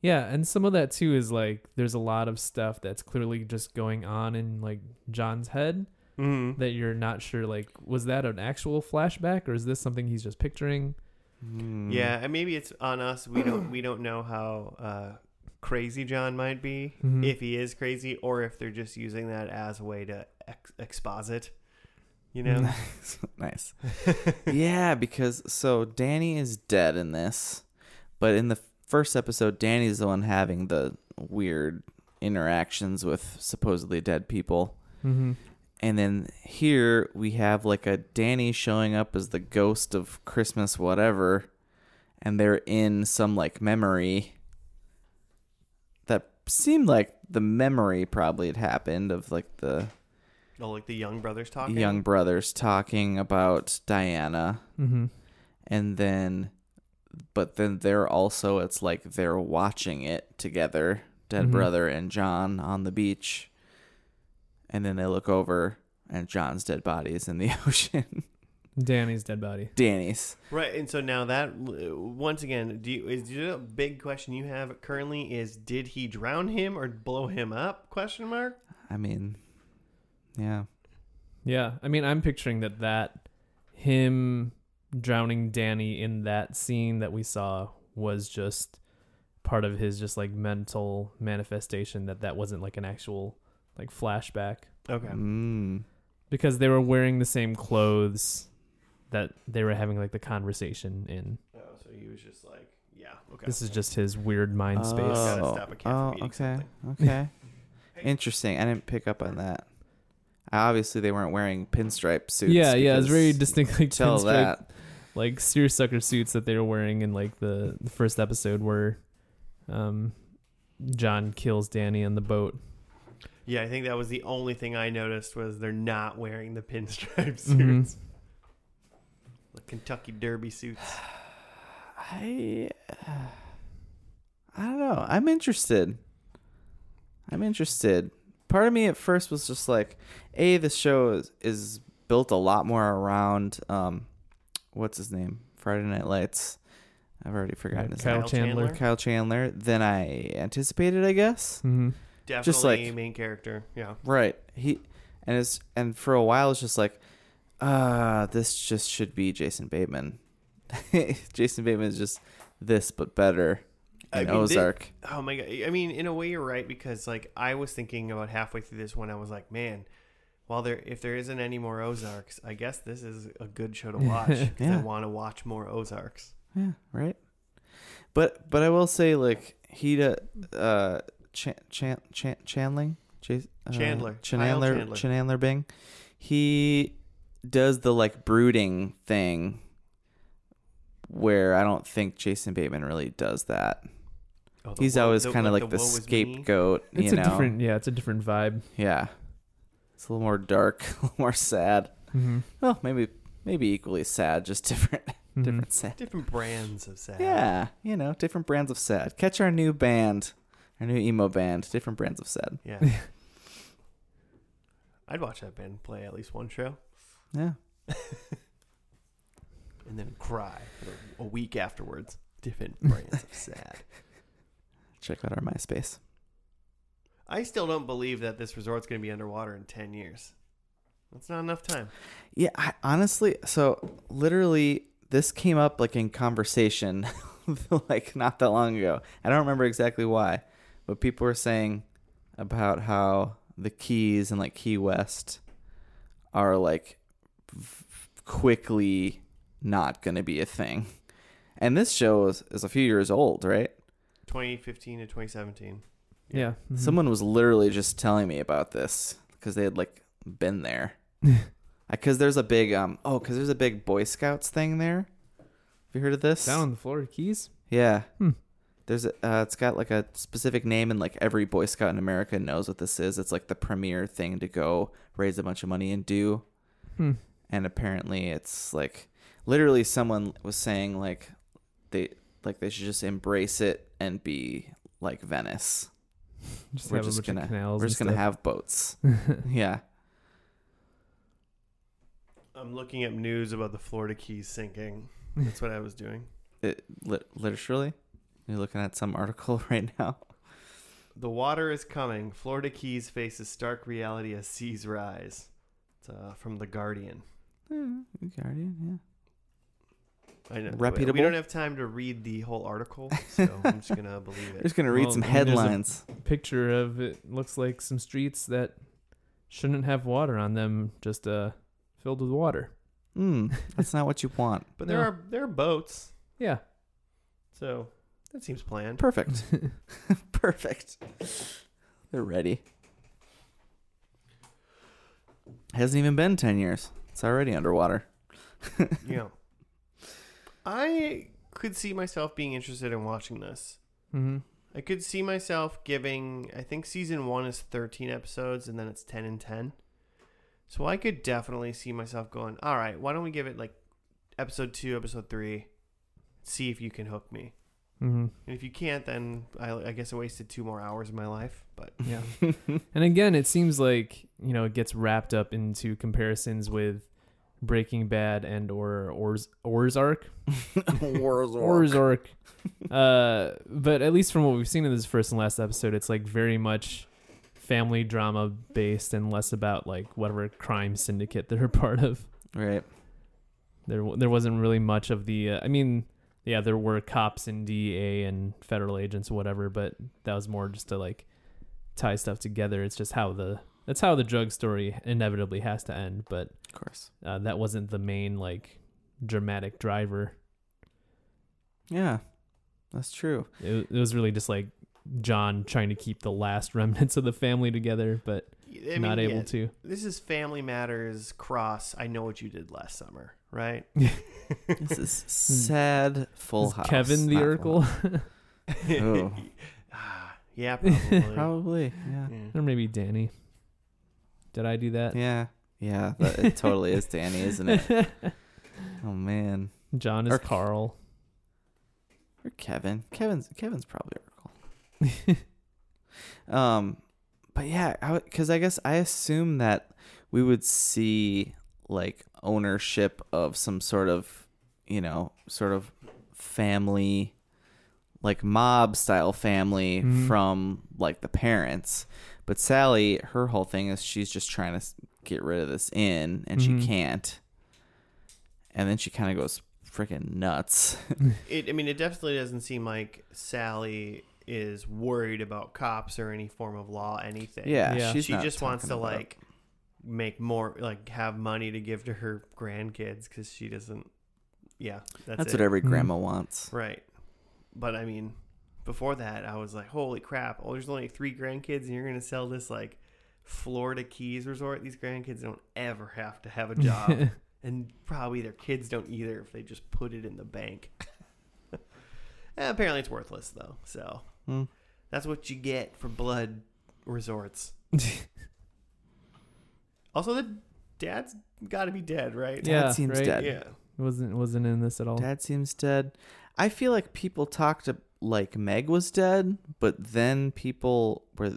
B: Yeah, and some of that too is like there's a lot of stuff that's clearly just going on in like John's head
A: Mm-hmm.
B: that you're not sure like was that an actual flashback or is this something he's just picturing?
C: Hmm.
A: Yeah, and maybe it's on us. We don't we don't know how uh, crazy John might be,
C: Mm-hmm.
B: Mhm.
A: if he is crazy, or if they're just using that as a way to ex- exposit. You know,
C: Nice. nice. yeah, because so Danny is dead in this, but in the first episode, Danny's the one having the weird interactions with supposedly dead people.
B: Mm-hmm.
C: And then here we have like a Danny showing up as the ghost of Christmas, whatever, and they're in some like memory that seemed like the memory probably had happened of like the
A: oh, like the young brothers talking.
C: young brothers talking about Diana.
B: Mm-hmm.
C: and then but then they're also it's like they're watching it together dead
B: Mhm.
C: brother and john on the beach and then they look over and john's dead body is in the ocean
B: Danny's dead body.
C: danny's
A: Right, and so now that once again, do you, is the big question you have currently is did he drown him or blow him up? Question mark.
C: i mean yeah
B: Yeah, I mean, I'm picturing that that him drowning Danny in that scene that we saw was just part of his just like mental manifestation that that wasn't like an actual like flashback
A: Okay.
C: mm.
B: because they were wearing the same clothes that they were having like the conversation in.
A: Oh, so he was just like, yeah, okay.
B: This is just his weird mind space.
A: Gotta stop a cat from
C: oh
A: eating
C: okay
A: something.
C: okay interesting i didn't pick up on that obviously they weren't wearing pinstripe suits
B: yeah, yeah, it's very
C: because
B: distinctly
C: tell
B: pinstripe,
C: that
B: like seersucker suits that they were wearing in like the, the first episode where um John kills Danny on the boat.
A: yeah, I think that was the only thing I noticed was they're not wearing the pinstripe suits,
C: Mm-hmm.
B: Mhm.
A: the Kentucky Derby suits.
C: I uh, I don't know. I'm interested. I'm interested. Part of me at first was just like, a this show is, is built a lot more around um, what's his name, Friday Night Lights. I've already forgotten his
B: Kyle
A: Kyle
B: Chandler.
A: Chandler?
C: name. Kyle Chandler than I anticipated. I guess.
B: Mhm.
A: Definitely
C: like-
A: main character. Yeah.
C: Right. He and it's and for a while it's just like, ah, this just should be Jason Bateman. Jason Bateman is just this but better.
A: I
C: In
A: mean, thi-
C: Ozark.
A: Oh my god! I mean, in a way, you're right because like I was thinking about halfway through this one, I was like, man, while there if there isn't any more Ozarks, I guess this is a good show to watch. 'cause I
C: Yeah.
A: want to watch more Ozarks.
C: Yeah, right. But but I will say like he da- uh Chan Chan Chan Chanling Jas- uh,
A: Chandler. Kyle
C: Chandler
A: Chandler.
C: Chandler Bing. He does the like brooding thing where I don't think Jason Bateman really does that.
A: Oh, the
C: He's
A: woe-
C: always
A: the-
C: kind of
A: like
C: like the,
A: woe is me.
C: scapegoat,
B: It's
C: you
B: a
C: know.
B: different yeah, it's a different vibe.
C: Yeah. It's a little more dark, a little more sad.
B: Mm-hmm.
C: Well, maybe maybe equally sad, just different different sad.
A: Different brands of sad.
C: Yeah, you know, different brands of sad. Catch our new band, our new emo band, different brands of sad.
A: Yeah. I'd watch that band play at least one show
C: Yeah.
A: and then cry for a week afterwards. Different brands of sad.
C: Check out our MySpace.
A: I still don't believe that this resort's going to be underwater in 10 years. That's not enough time.
C: Yeah, I, honestly, so literally, this came up like in conversation, like not that long ago. I don't remember exactly why, but people were saying about how the Keys and like Key West are like v- quickly not going to be a thing. And this show is, is a few years old, right?
A: 2015 to 2017.
B: Yeah. Mhm.
C: Someone was literally just telling me about this because they had like been there. Because there's a big um oh because there's a big Boy Scouts thing there. Have you heard of this?
B: down on the Florida Keys.
C: Yeah.
B: Hmm.
C: There's a, uh, it's got like a specific name, and like every Boy Scout in America knows what this is. It's like the premier thing to go raise a bunch of money and do.
B: Hmm.
C: And apparently, it's like literally someone was saying like they like they should just embrace it and be like Venice.
B: Just
C: We're
B: have a
C: just
B: bunch
C: gonna-
B: of canals.
C: We're just gonna have boats.
B: have.
C: yeah.
A: I'm looking up news about the Florida Keys sinking. That's what I was doing.
C: It lit literally. You're looking at some article right now.
A: The water is coming. Florida Keys faces stark reality as seas rise. It's uh, from The Guardian.
C: Hmm, Guardian,
A: I know,
C: Reputable?
A: We don't have time to read the whole article, so I'm just gonna believe
C: yeah.
A: it.
C: We're just gonna read
B: Well,
C: some
B: I mean, there's a-
C: headlines.
B: Picture of it looks like some streets that shouldn't have water on them, just uh filled with water.
C: Hmm. that's not what you want.
A: But there
B: No.
A: are there are boats,
B: Yeah.
A: so that seems planned.
C: Perfect.
B: Mm-hmm.
C: Perfect. They're ready. Hasn't even been 10 years. It's already underwater.
A: you know, I could see myself being interested in watching this.
B: hmm
A: I could see myself giving. I think season one is thirteen episodes, and then it's ten and ten. So I could definitely see myself going. All right, why don't we give it like episode two, episode three? See if you can hook me.
B: hmm
A: And if you can't, then I, I guess I wasted two more hours of my life. But
B: Yeah. and again, it seems like, you know, it gets wrapped up into comparisons with Breaking Bad and or Orz Orzark. Orzark. uh but at least from what we've seen in this first and last episode, it's like very much family drama based and less about like whatever crime syndicate they're part of.
C: Right.
B: There w- there wasn't really much of the uh, I mean, yeah, there were cops and DEA and federal agents whatever, but that was more just to like tie stuff together. It's just how the that's how the drug story inevitably has to end, but
C: Of course.
B: uh, that wasn't the main like dramatic driver.
C: Yeah. That's true.
B: It, it was really just like John trying to keep the last remnants of the family together, but
A: I mean,
B: not able
A: yeah,
B: to.
A: This is Family Matters cross. I know what you did last summer, right?
C: This is sad full
B: Is
C: house.
B: Kevin the
C: not Full House.
B: Urkel,
C: Oh.
A: Ah, yeah, probably.
C: Probably. Yeah.
A: Yeah.
B: or maybe Danny. Did I do that?
C: Yeah. Yeah. That, it totally is Danny, isn't it? Oh, man.
B: John is
C: Or-
B: Carl.
C: Or Kevin. Kevin's Kevin's probably Urkel. um, but yeah, because I, guess I assume that we would see like ownership of some sort of, you know, sort of family, like mob style family
B: Mhm.
C: from like the parents. But Sally, her whole thing is she's just trying to s- get rid of this inn, and
B: Mhm.
C: she can't. And then she kind of goes freaking nuts.
A: It, I mean, it definitely doesn't seem like Sally is worried about cops or any form of law, anything.
C: Yeah,
B: Yeah.
C: she's
A: she
C: not
A: just wants to
C: talking about-
A: like make more, like have money to give to her grandkids because she doesn't. Yeah, that's,
C: That's
A: it.
C: what every
B: Mhm.
C: grandma wants.
A: Right. But I mean, before that, I was like, holy crap, oh, there's only like three grandkids, and you're going to sell this like Florida Keys resort. These grandkids don't ever have to have a job. and probably their kids don't either if they just put it in the bank. Eh, apparently, it's worthless, though. So
C: Hmm.
A: that's what you get for blood resorts. Also, the dad's got to be dead, right?
B: Yeah,
C: Dad seems
B: right?
C: dead.
A: Yeah.
B: wasn't wasn't in this at all.
C: Dad seems dead. I feel like people talked to, like Meg was dead, but then people were,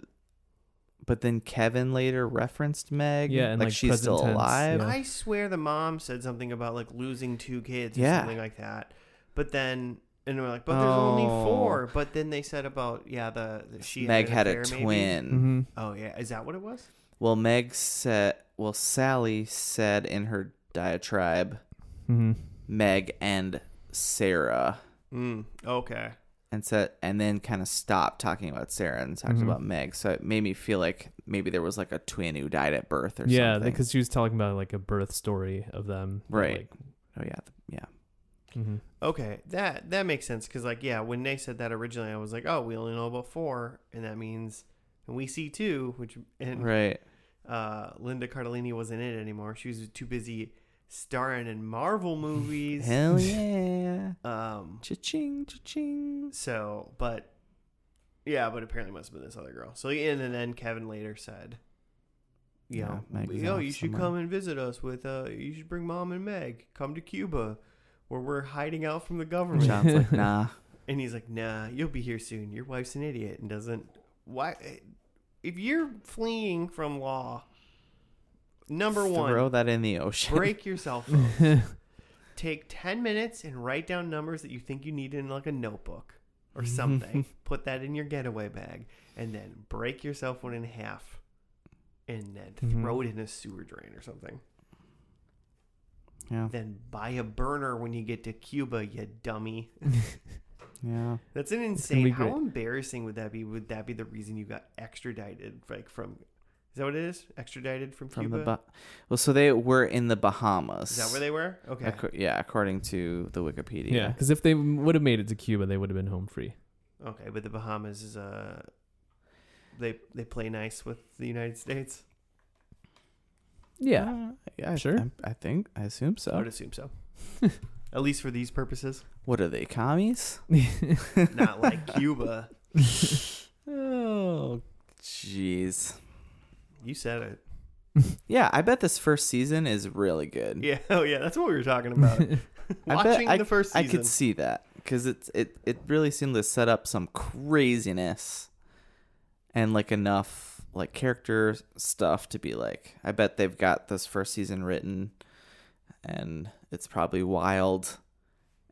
C: but then Kevin later referenced Meg.
B: Yeah, and,
C: like,
B: like,
C: she's
B: present
C: still
B: tense,
C: alive.
B: Yeah.
A: I swear the mom said something about like losing two kids or
C: Yeah.
A: something like that. But then and we're like, but there's only
C: Oh.
A: four. But then they said about yeah, the, the she
C: Meg
A: an
C: had a
A: affair, maybe?
C: twin.
B: hmm
A: Oh yeah, is that what it was?
C: Well, Meg said. Well, Sally said in her diatribe,
B: hmm
C: Meg and Sarah,
A: Mm, okay,
C: and said, and then kind of stopped talking about Sarah and talked
B: Mhm.
C: about Meg. So it made me feel like maybe there was like a twin who died at birth or
B: Yeah,
C: something.
B: because she was talking about like a birth story of them.
C: Right.
B: Like,
C: Oh yeah, th- yeah.
B: hmm
A: Okay, that that makes sense because like yeah, when they said that originally, I was like, oh, we only know about four, and that means and we see two, which and
C: Right.
A: uh, Linda Cardellini wasn't in it anymore. She was too busy starring in Marvel movies.
C: Hell yeah.
A: um,
C: Cha-ching, cha-ching.
A: so but yeah, but apparently must have been this other girl. So and, and then Kevin later said, you
C: Yeah,
A: know,
C: Meg was
A: yo,
C: off
A: you should
C: somewhere."
A: come and visit us with uh, you should bring mom and Meg. Come to Cuba, where we're hiding out from the government.
C: Sean's like, nah.
A: And he's like, "Nah, you'll be here soon. Your wife's an idiot and doesn't why if you're fleeing from law, number
C: Throw
A: one,
C: that in the ocean.
A: break your cell phone. Take 10 minutes and write down numbers that you think you need in like a notebook or something. Put that in your getaway bag and then break your cell phone in half and then
B: Mhm.
A: throw it
C: Mm-hmm.
A: in a sewer drain or something.
C: Yeah.
A: Then buy a burner when you get to Cuba, you dummy.
C: Yeah.
A: That's an
B: gonna
A: insane.
B: be
A: How
B: great.
A: embarrassing would that be? Would that be the reason you got extradited? Like from, is that what it is? Extradited from,
C: From
A: Cuba?
C: the ba- Well, so they were in the Bahamas.
A: is that where they were? Okay.
C: Acco- yeah, according to the Wikipedia.
B: Yeah, because if they would have made it to Cuba, they would have been home free.
A: Okay, but the Bahamas is uh, they they play nice with the United States.
B: Yeah,
C: Uh, yeah,
B: Sure.
C: I, I think. I assume
A: I
C: so.
A: would assume so. At least for these purposes,
C: What are they, commies?
A: not like Cuba.
C: Oh, jeez.
A: You said it.
C: Yeah, I bet this first season is really good.
A: Yeah. Oh yeah. That's what we were talking about.
C: I bet
A: Watching
C: I-
A: the first
C: I
A: season.
C: could see that because it it it really seemed to set up some craziness, and like enough like character stuff to be like. I bet they've got this first season written, and it's probably wild,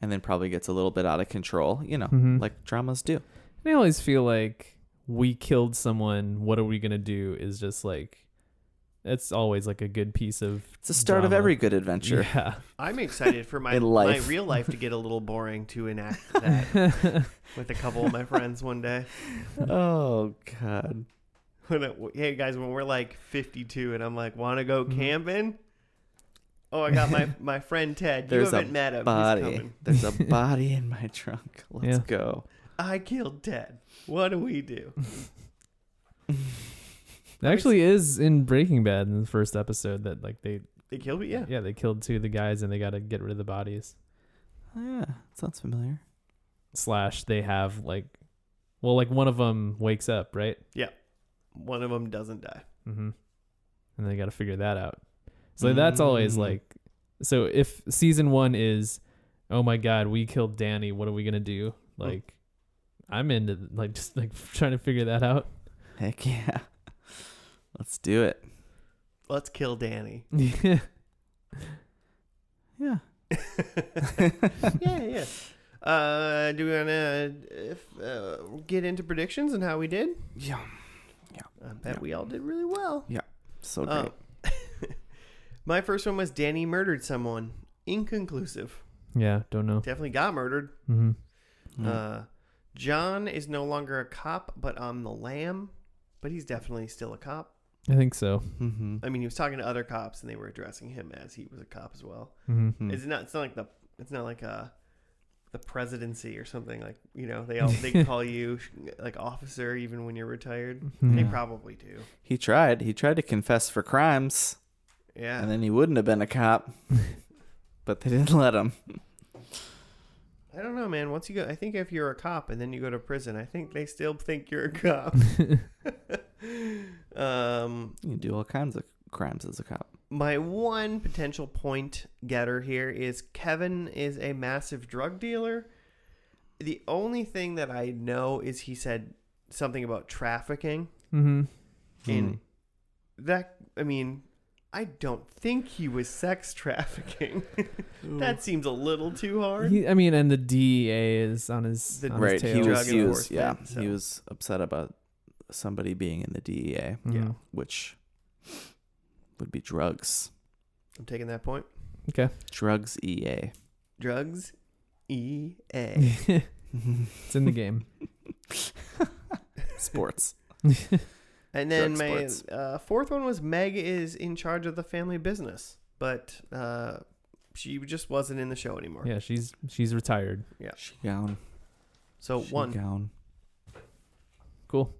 C: and then probably gets a little bit out of control. You know,
A: Hmm.
B: Mhm.
C: like dramas do.
B: I always feel like we killed someone. What are we gonna do? Is just like that's always like a good piece of
C: It's the start of
B: drama.
C: every good adventure.
B: Yeah,
A: I'm excited for my
C: In
A: my
C: life.
A: real life to get a little boring to enact that with a couple of my friends one day.
C: oh god.
A: when it, hey guys, when we're like 52 and I'm like, want to go
B: Mhm.
C: Mm-hmm.
A: camping? Oh, I got my my friend Ted.
C: There's
A: you
C: a
A: haven't met him. He's
C: Body.
A: coming.
C: There's a body in my trunk. Let's
B: Yeah.
C: go.
A: I killed Ted. What do we do?
B: It actually is in Breaking Bad in the first episode that like they
A: They killed me. Yeah.
B: yeah they killed two of the guys and they got to get rid of the bodies.
C: Oh, yeah, sounds familiar.
B: Slash, they have like well like one of them wakes up right,
A: One of them doesn't die.
B: mm-hmm. and they got to figure that out. So that's always
C: Mm.
B: like so if season one is oh my god we killed Danny what are we gonna do like I'm into like just like trying to figure that out.
C: Heck yeah. Let's do it.
A: Let's kill Danny.
B: yeah.
C: Yeah.
A: yeah, yeah. Uh, do we want to if, uh, get into predictions and how we did?
C: Yeah.
A: I bet
C: Yeah.
A: we all did really well.
C: So great.
A: Um, my first one was Danny murdered someone. Inconclusive.
B: Yeah, don't know.
A: Definitely got murdered.
B: hmm
C: Mm.
A: Uh, John is no longer a cop, but on the lam, but he's definitely still a cop.
B: I think so.
C: Mhm.
A: I mean, he was talking to other cops, and they were addressing him as he was a cop as well.
B: hmm
C: Mm.
A: It's not. It's not like the. It's not like uh the presidency or something like you know they all they call you like officer even when you're retired. They
C: Yeah.
A: probably do.
C: He tried. He tried to confess for crimes,
A: Yeah.
C: and then he wouldn't have been a cop. but they didn't let him.
A: I don't know, man. Once you go, I think if you're a cop and then you go to prison, I think they still think you're a cop. um,
C: You can do all kinds of crimes as a cop.
A: My one potential point getter here is Kevin is a massive drug dealer. The only thing that I know is he said something about trafficking.
B: hmm
A: And
C: Mm.
A: that, I mean, I don't think he was sex trafficking. that seems a little too hard.
B: He, I mean, and the DEA is on his,
A: The-
B: on his
C: right.
B: tail. Mm-hmm.
C: He
A: Drug
C: was. He was. Yeah.
A: enforcement,
C: He
A: so.
C: was upset about somebody being in the DEA,
B: Mhm.
A: yeah.
C: which would be drugs.
A: I'm taking that point.
C: Drugs E EA.
A: Drugs, E EA.
B: it's in the game.
C: Sports.
A: And then
C: Drug
A: my
C: sports.
A: uh, fourth one was Meg is in charge of the family business, but uh, she just wasn't in the show anymore.
B: Yeah, she's she's retired.
C: She gown.
A: So
C: She
A: Oh, one.
C: gown.
B: Cool.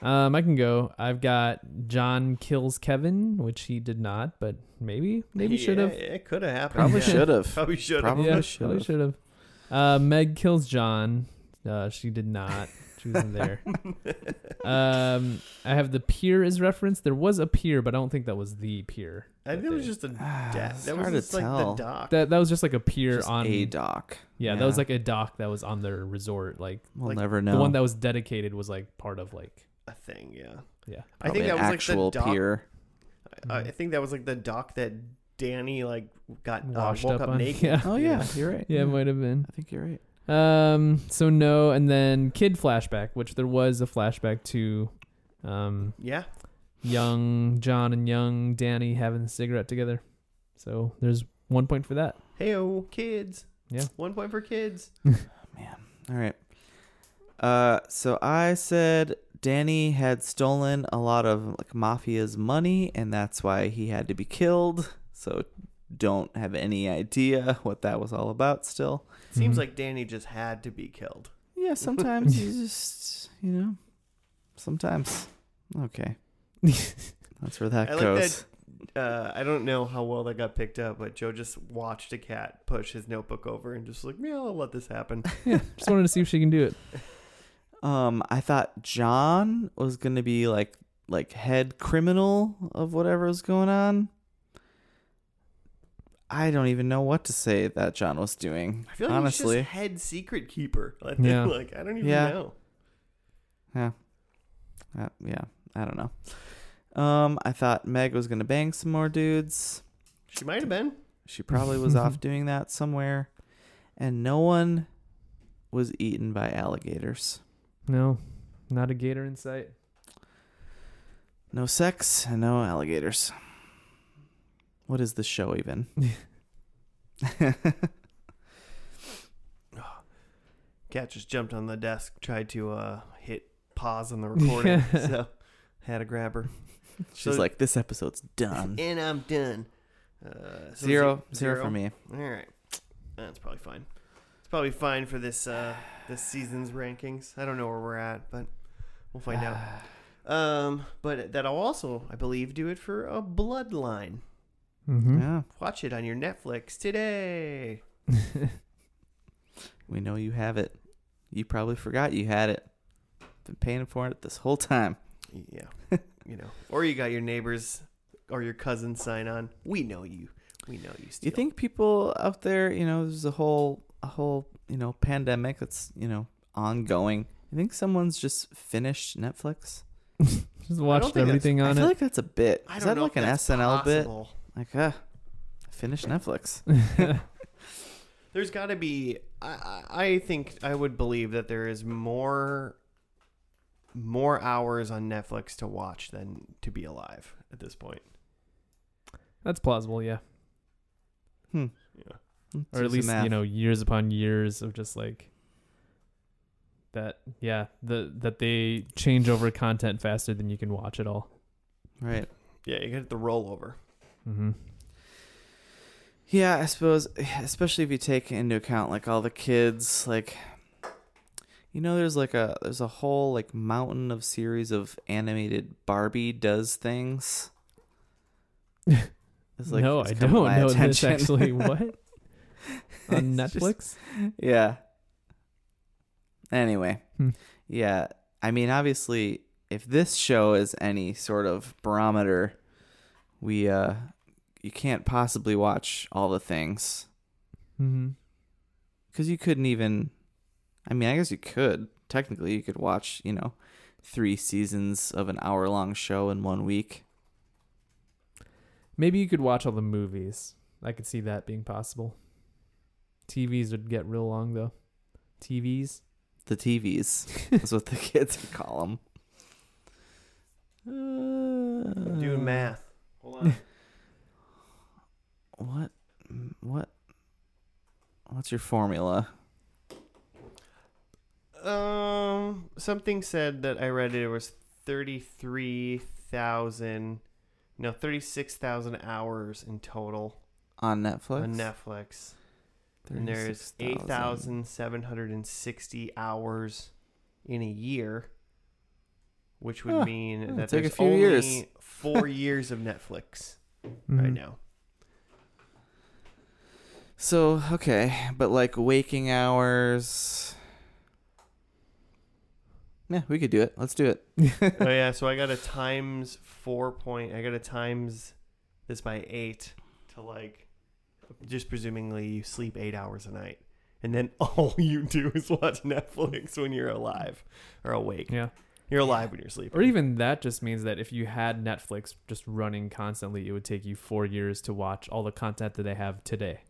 B: Um, I can go. I've got John kills Kevin, which he did not, but maybe maybe should
A: Yeah,
B: have.
A: It could have happened.
C: Probably
A: yeah.
C: should have.
A: Probably should have.
C: Probably
B: yeah,
C: should
B: probably
C: have.
B: should have. Uh, Meg kills John. Uh, she did not. She wasn't there. um, I have the pier as reference. There was a pier, but I don't think that was the pier.
A: I think it was just a
C: Ah,
A: death.
C: it's
A: That was
C: hard to
A: just like
C: tell.
A: the dock.
B: That that was just like a pier
C: Just
B: on
C: a dock.
B: Yeah, that was like a dock that was on their resort. Like
C: we'll
A: like,
C: never know.
B: the one that was dedicated was like part of like
A: a thing, yeah.
B: yeah.
A: I think
C: Probably
A: that
C: an
A: was like the
C: actual
A: dock.
C: pier.
A: I, I think that was like the dock that Danny like got uh,
B: Washed
A: woke
B: up
A: up,
B: on.
A: naked.
B: Yeah.
C: Oh yeah, you're right.
B: Yeah, it might have been.
C: I think you're right.
B: Um, so no, and then kid flashback, which there was a flashback to, um,
A: Yeah.
B: young John and young Danny having a cigarette together. So there's one point for that.
A: Hey, oh, kids.
B: Yeah.
A: One point for kids.
C: All right. Uh, so I said Danny had stolen a lot of like mafia's money, and that's why he had to be killed. So don't have any idea what that was all about. Still,
A: Seems
B: Mhm.
A: like Danny just had to be killed.
C: yeah. Sometimes you just you know, sometimes okay. That's where that
A: I like
C: goes.
A: Uh, I don't know how well that got picked up, but Joe just watched a cat push his notebook over and just like, yeah, I'll let this happen.
B: Just wanted to see if she can do it.
C: Um, I thought John was gonna be like like head criminal of whatever was going on. I don't even know what to say that John was doing.
A: I feel like
C: honestly,
A: he's just head secret keeper. Like,
B: Yeah.
A: like I don't even
C: Yeah.
A: know.
C: Uh, yeah, I don't know. Um, I thought Meg was gonna bang some more dudes.
A: She might have been.
C: She probably was off doing that somewhere, and no one was eaten by alligators.
B: No, not a gator in sight.
C: No sex and no alligators. What is the show even?
A: Cat just jumped on the desk, tried to uh, hit pause on the recording, so had a grab her.
C: She's
A: So-
C: like, this episode's done.
A: and I'm done. Uh, so
C: Zero,
A: ze-
C: zero for me.
A: All right, that's probably fine. It's probably fine for this uh, this season's rankings. I don't know where we're at, but we'll find out. Um, but that'll also, I believe, do it for a Bloodline.
B: Mm-hmm.
C: Yeah,
A: Watch it on your Netflix today.
C: we know you have it. You probably forgot you had it. Been paying for it this whole time.
A: Yeah, you know, or you got your neighbors or your cousin sign on. We know you. We know you.
C: Do you
A: Steele.
C: think people out there, you know, there's a whole, a whole, you know, pandemic that's, you know, ongoing. You think someone's just finished Netflix?
B: Just watched
A: think that's-
B: everything
C: I
B: on
C: feel
B: it.
C: like that's a bit.
A: I
C: Is
A: don't
C: that
A: know
C: like
A: if
C: an
A: that's
C: SNL bit?
A: possible.
C: Like, uh, finished Netflix.
A: There's got to be. I, I I think I would believe that there is more more hours on Netflix to watch than to be alive at this point.
B: That's plausible, yeah.
A: Yeah.
C: Let's
B: or at
C: do some
B: least
C: math.
B: you know years upon years of just like that yeah the that they change over content faster than you can watch it all
C: Right.
A: Yeah, you get the rollover.
B: mm-hmm.
C: Yeah, I suppose, especially if you take into account like all the kids, like you know, there's like a there's a whole like mountain of series of animated Barbie does things. It's
B: no
C: it's
B: i
C: come
B: don't
C: to
B: know
C: my
B: this
C: attention.
B: actually what on
C: It's just-
B: netflix
C: yeah. Anyway,
B: Hmm.
C: yeah, I mean, obviously, if this show is any sort of barometer, we uh, you can't possibly watch all the things.
B: mm-hmm.
C: because you couldn't even i mean i guess you could technically you could watch you know three seasons of an hour long show in one week
B: maybe you could watch all the movies i could see that being possible tvs would get real long though tvs
C: the tvs is what the kids would call them Uh,
A: I'm doing math. Hold on.
C: what what what's your formula
A: Um, something said that I read it was thirty three thousand, no thirty six thousand hours in total
C: on Netflix.
A: on Netflix. And there's
C: 36,000.
A: 8,760 hours in a year, which would
C: Huh.
A: mean
C: Hmm,
A: that
C: take a
A: there's
C: few
A: only
C: years. Mm-hmm.
A: four years of Netflix right
B: Mhm.
A: now.
C: So okay, but like waking hours. Yeah, we could do it. Let's do it.
A: oh yeah, so I got a times four point. I got a times this by eight to like, just presumably you sleep eight hours a night, and then all you do is watch Netflix when you're alive or awake.
B: Yeah.
A: You're alive when you're sleeping.
B: Or even that just means that if you had Netflix just running constantly, it would take you four years to watch all the content that they have today.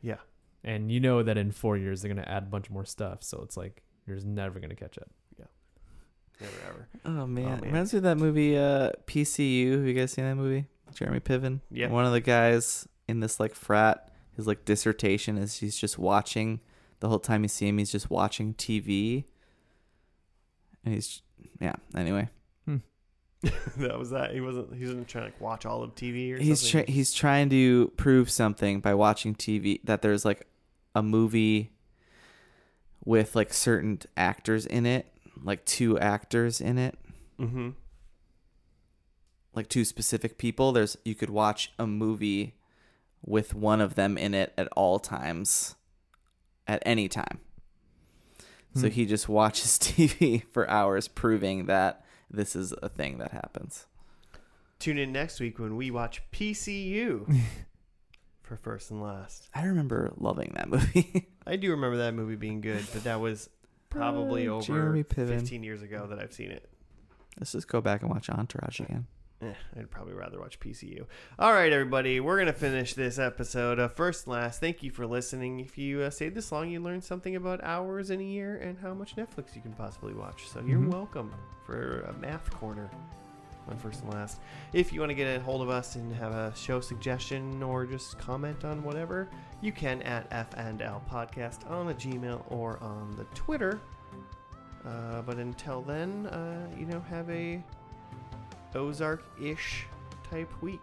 A: Yeah.
B: And you know that in four years they're gonna add a bunch more stuff, so it's like you're just never gonna catch up.
A: Never ever.
C: Oh man,
A: man.
C: reminds me of that movie uh, PCU. Have you guys seen that movie? Jeremy Piven.
A: Yeah.
C: One of the guys in this like frat, his like dissertation is he's just watching the whole time you see him. He's just watching TV. And he's yeah. Anyway,
A: that was that. He wasn't. He wasn't trying to like, watch all of TV or
C: he's
A: something.
C: try- he's trying to prove something by watching TV that there's like a movie with like certain actors in it, like two actors in it,
A: mm-hmm.
C: like two specific people. There's you could watch a movie with one of them in it at all times, at any time. So
B: Hmm.
C: he just watches TV for hours, proving that this is a thing that happens.
A: Tune in next week when we watch PCU for first and last.
C: I remember loving that movie.
A: I do remember that movie being good, but that was probably
C: Uh,
A: over
C: Jeremy Piven.
A: 15 years ago that I've seen it.
C: Let's just go back and watch Entourage again.
A: Eh, I'd probably rather watch PCU. All right, everybody, we're gonna finish this episode. Uh, first, and last, thank you for listening. If you uh, stayed this long, you learned something about hours in a year and how much Netflix you can possibly watch. So you're
B: Mhm.
A: welcome for a math corner on first and last. If you want to get a hold of us and have a show suggestion or just comment on whatever, you can at FNL Podcast on the Gmail or on the Twitter. Uh, but until then, uh, you know, have a Ozark ish type week.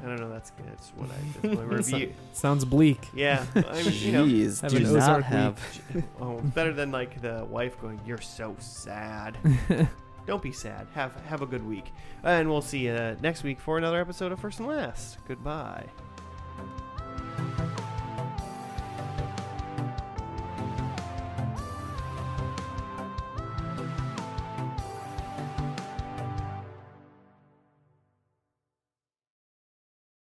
A: I don't know. That's that's what I that's my review.
B: Sounds bleak.
A: Yeah, I mean, you know,
C: Jeez,
B: have
C: do
A: an
C: not
B: Ozark
C: have.
A: oh, it's better than like the wife going, "You're so sad." Don't be sad. Have have a good week, and we'll see you uh, next week for another episode of First and Last. Goodbye.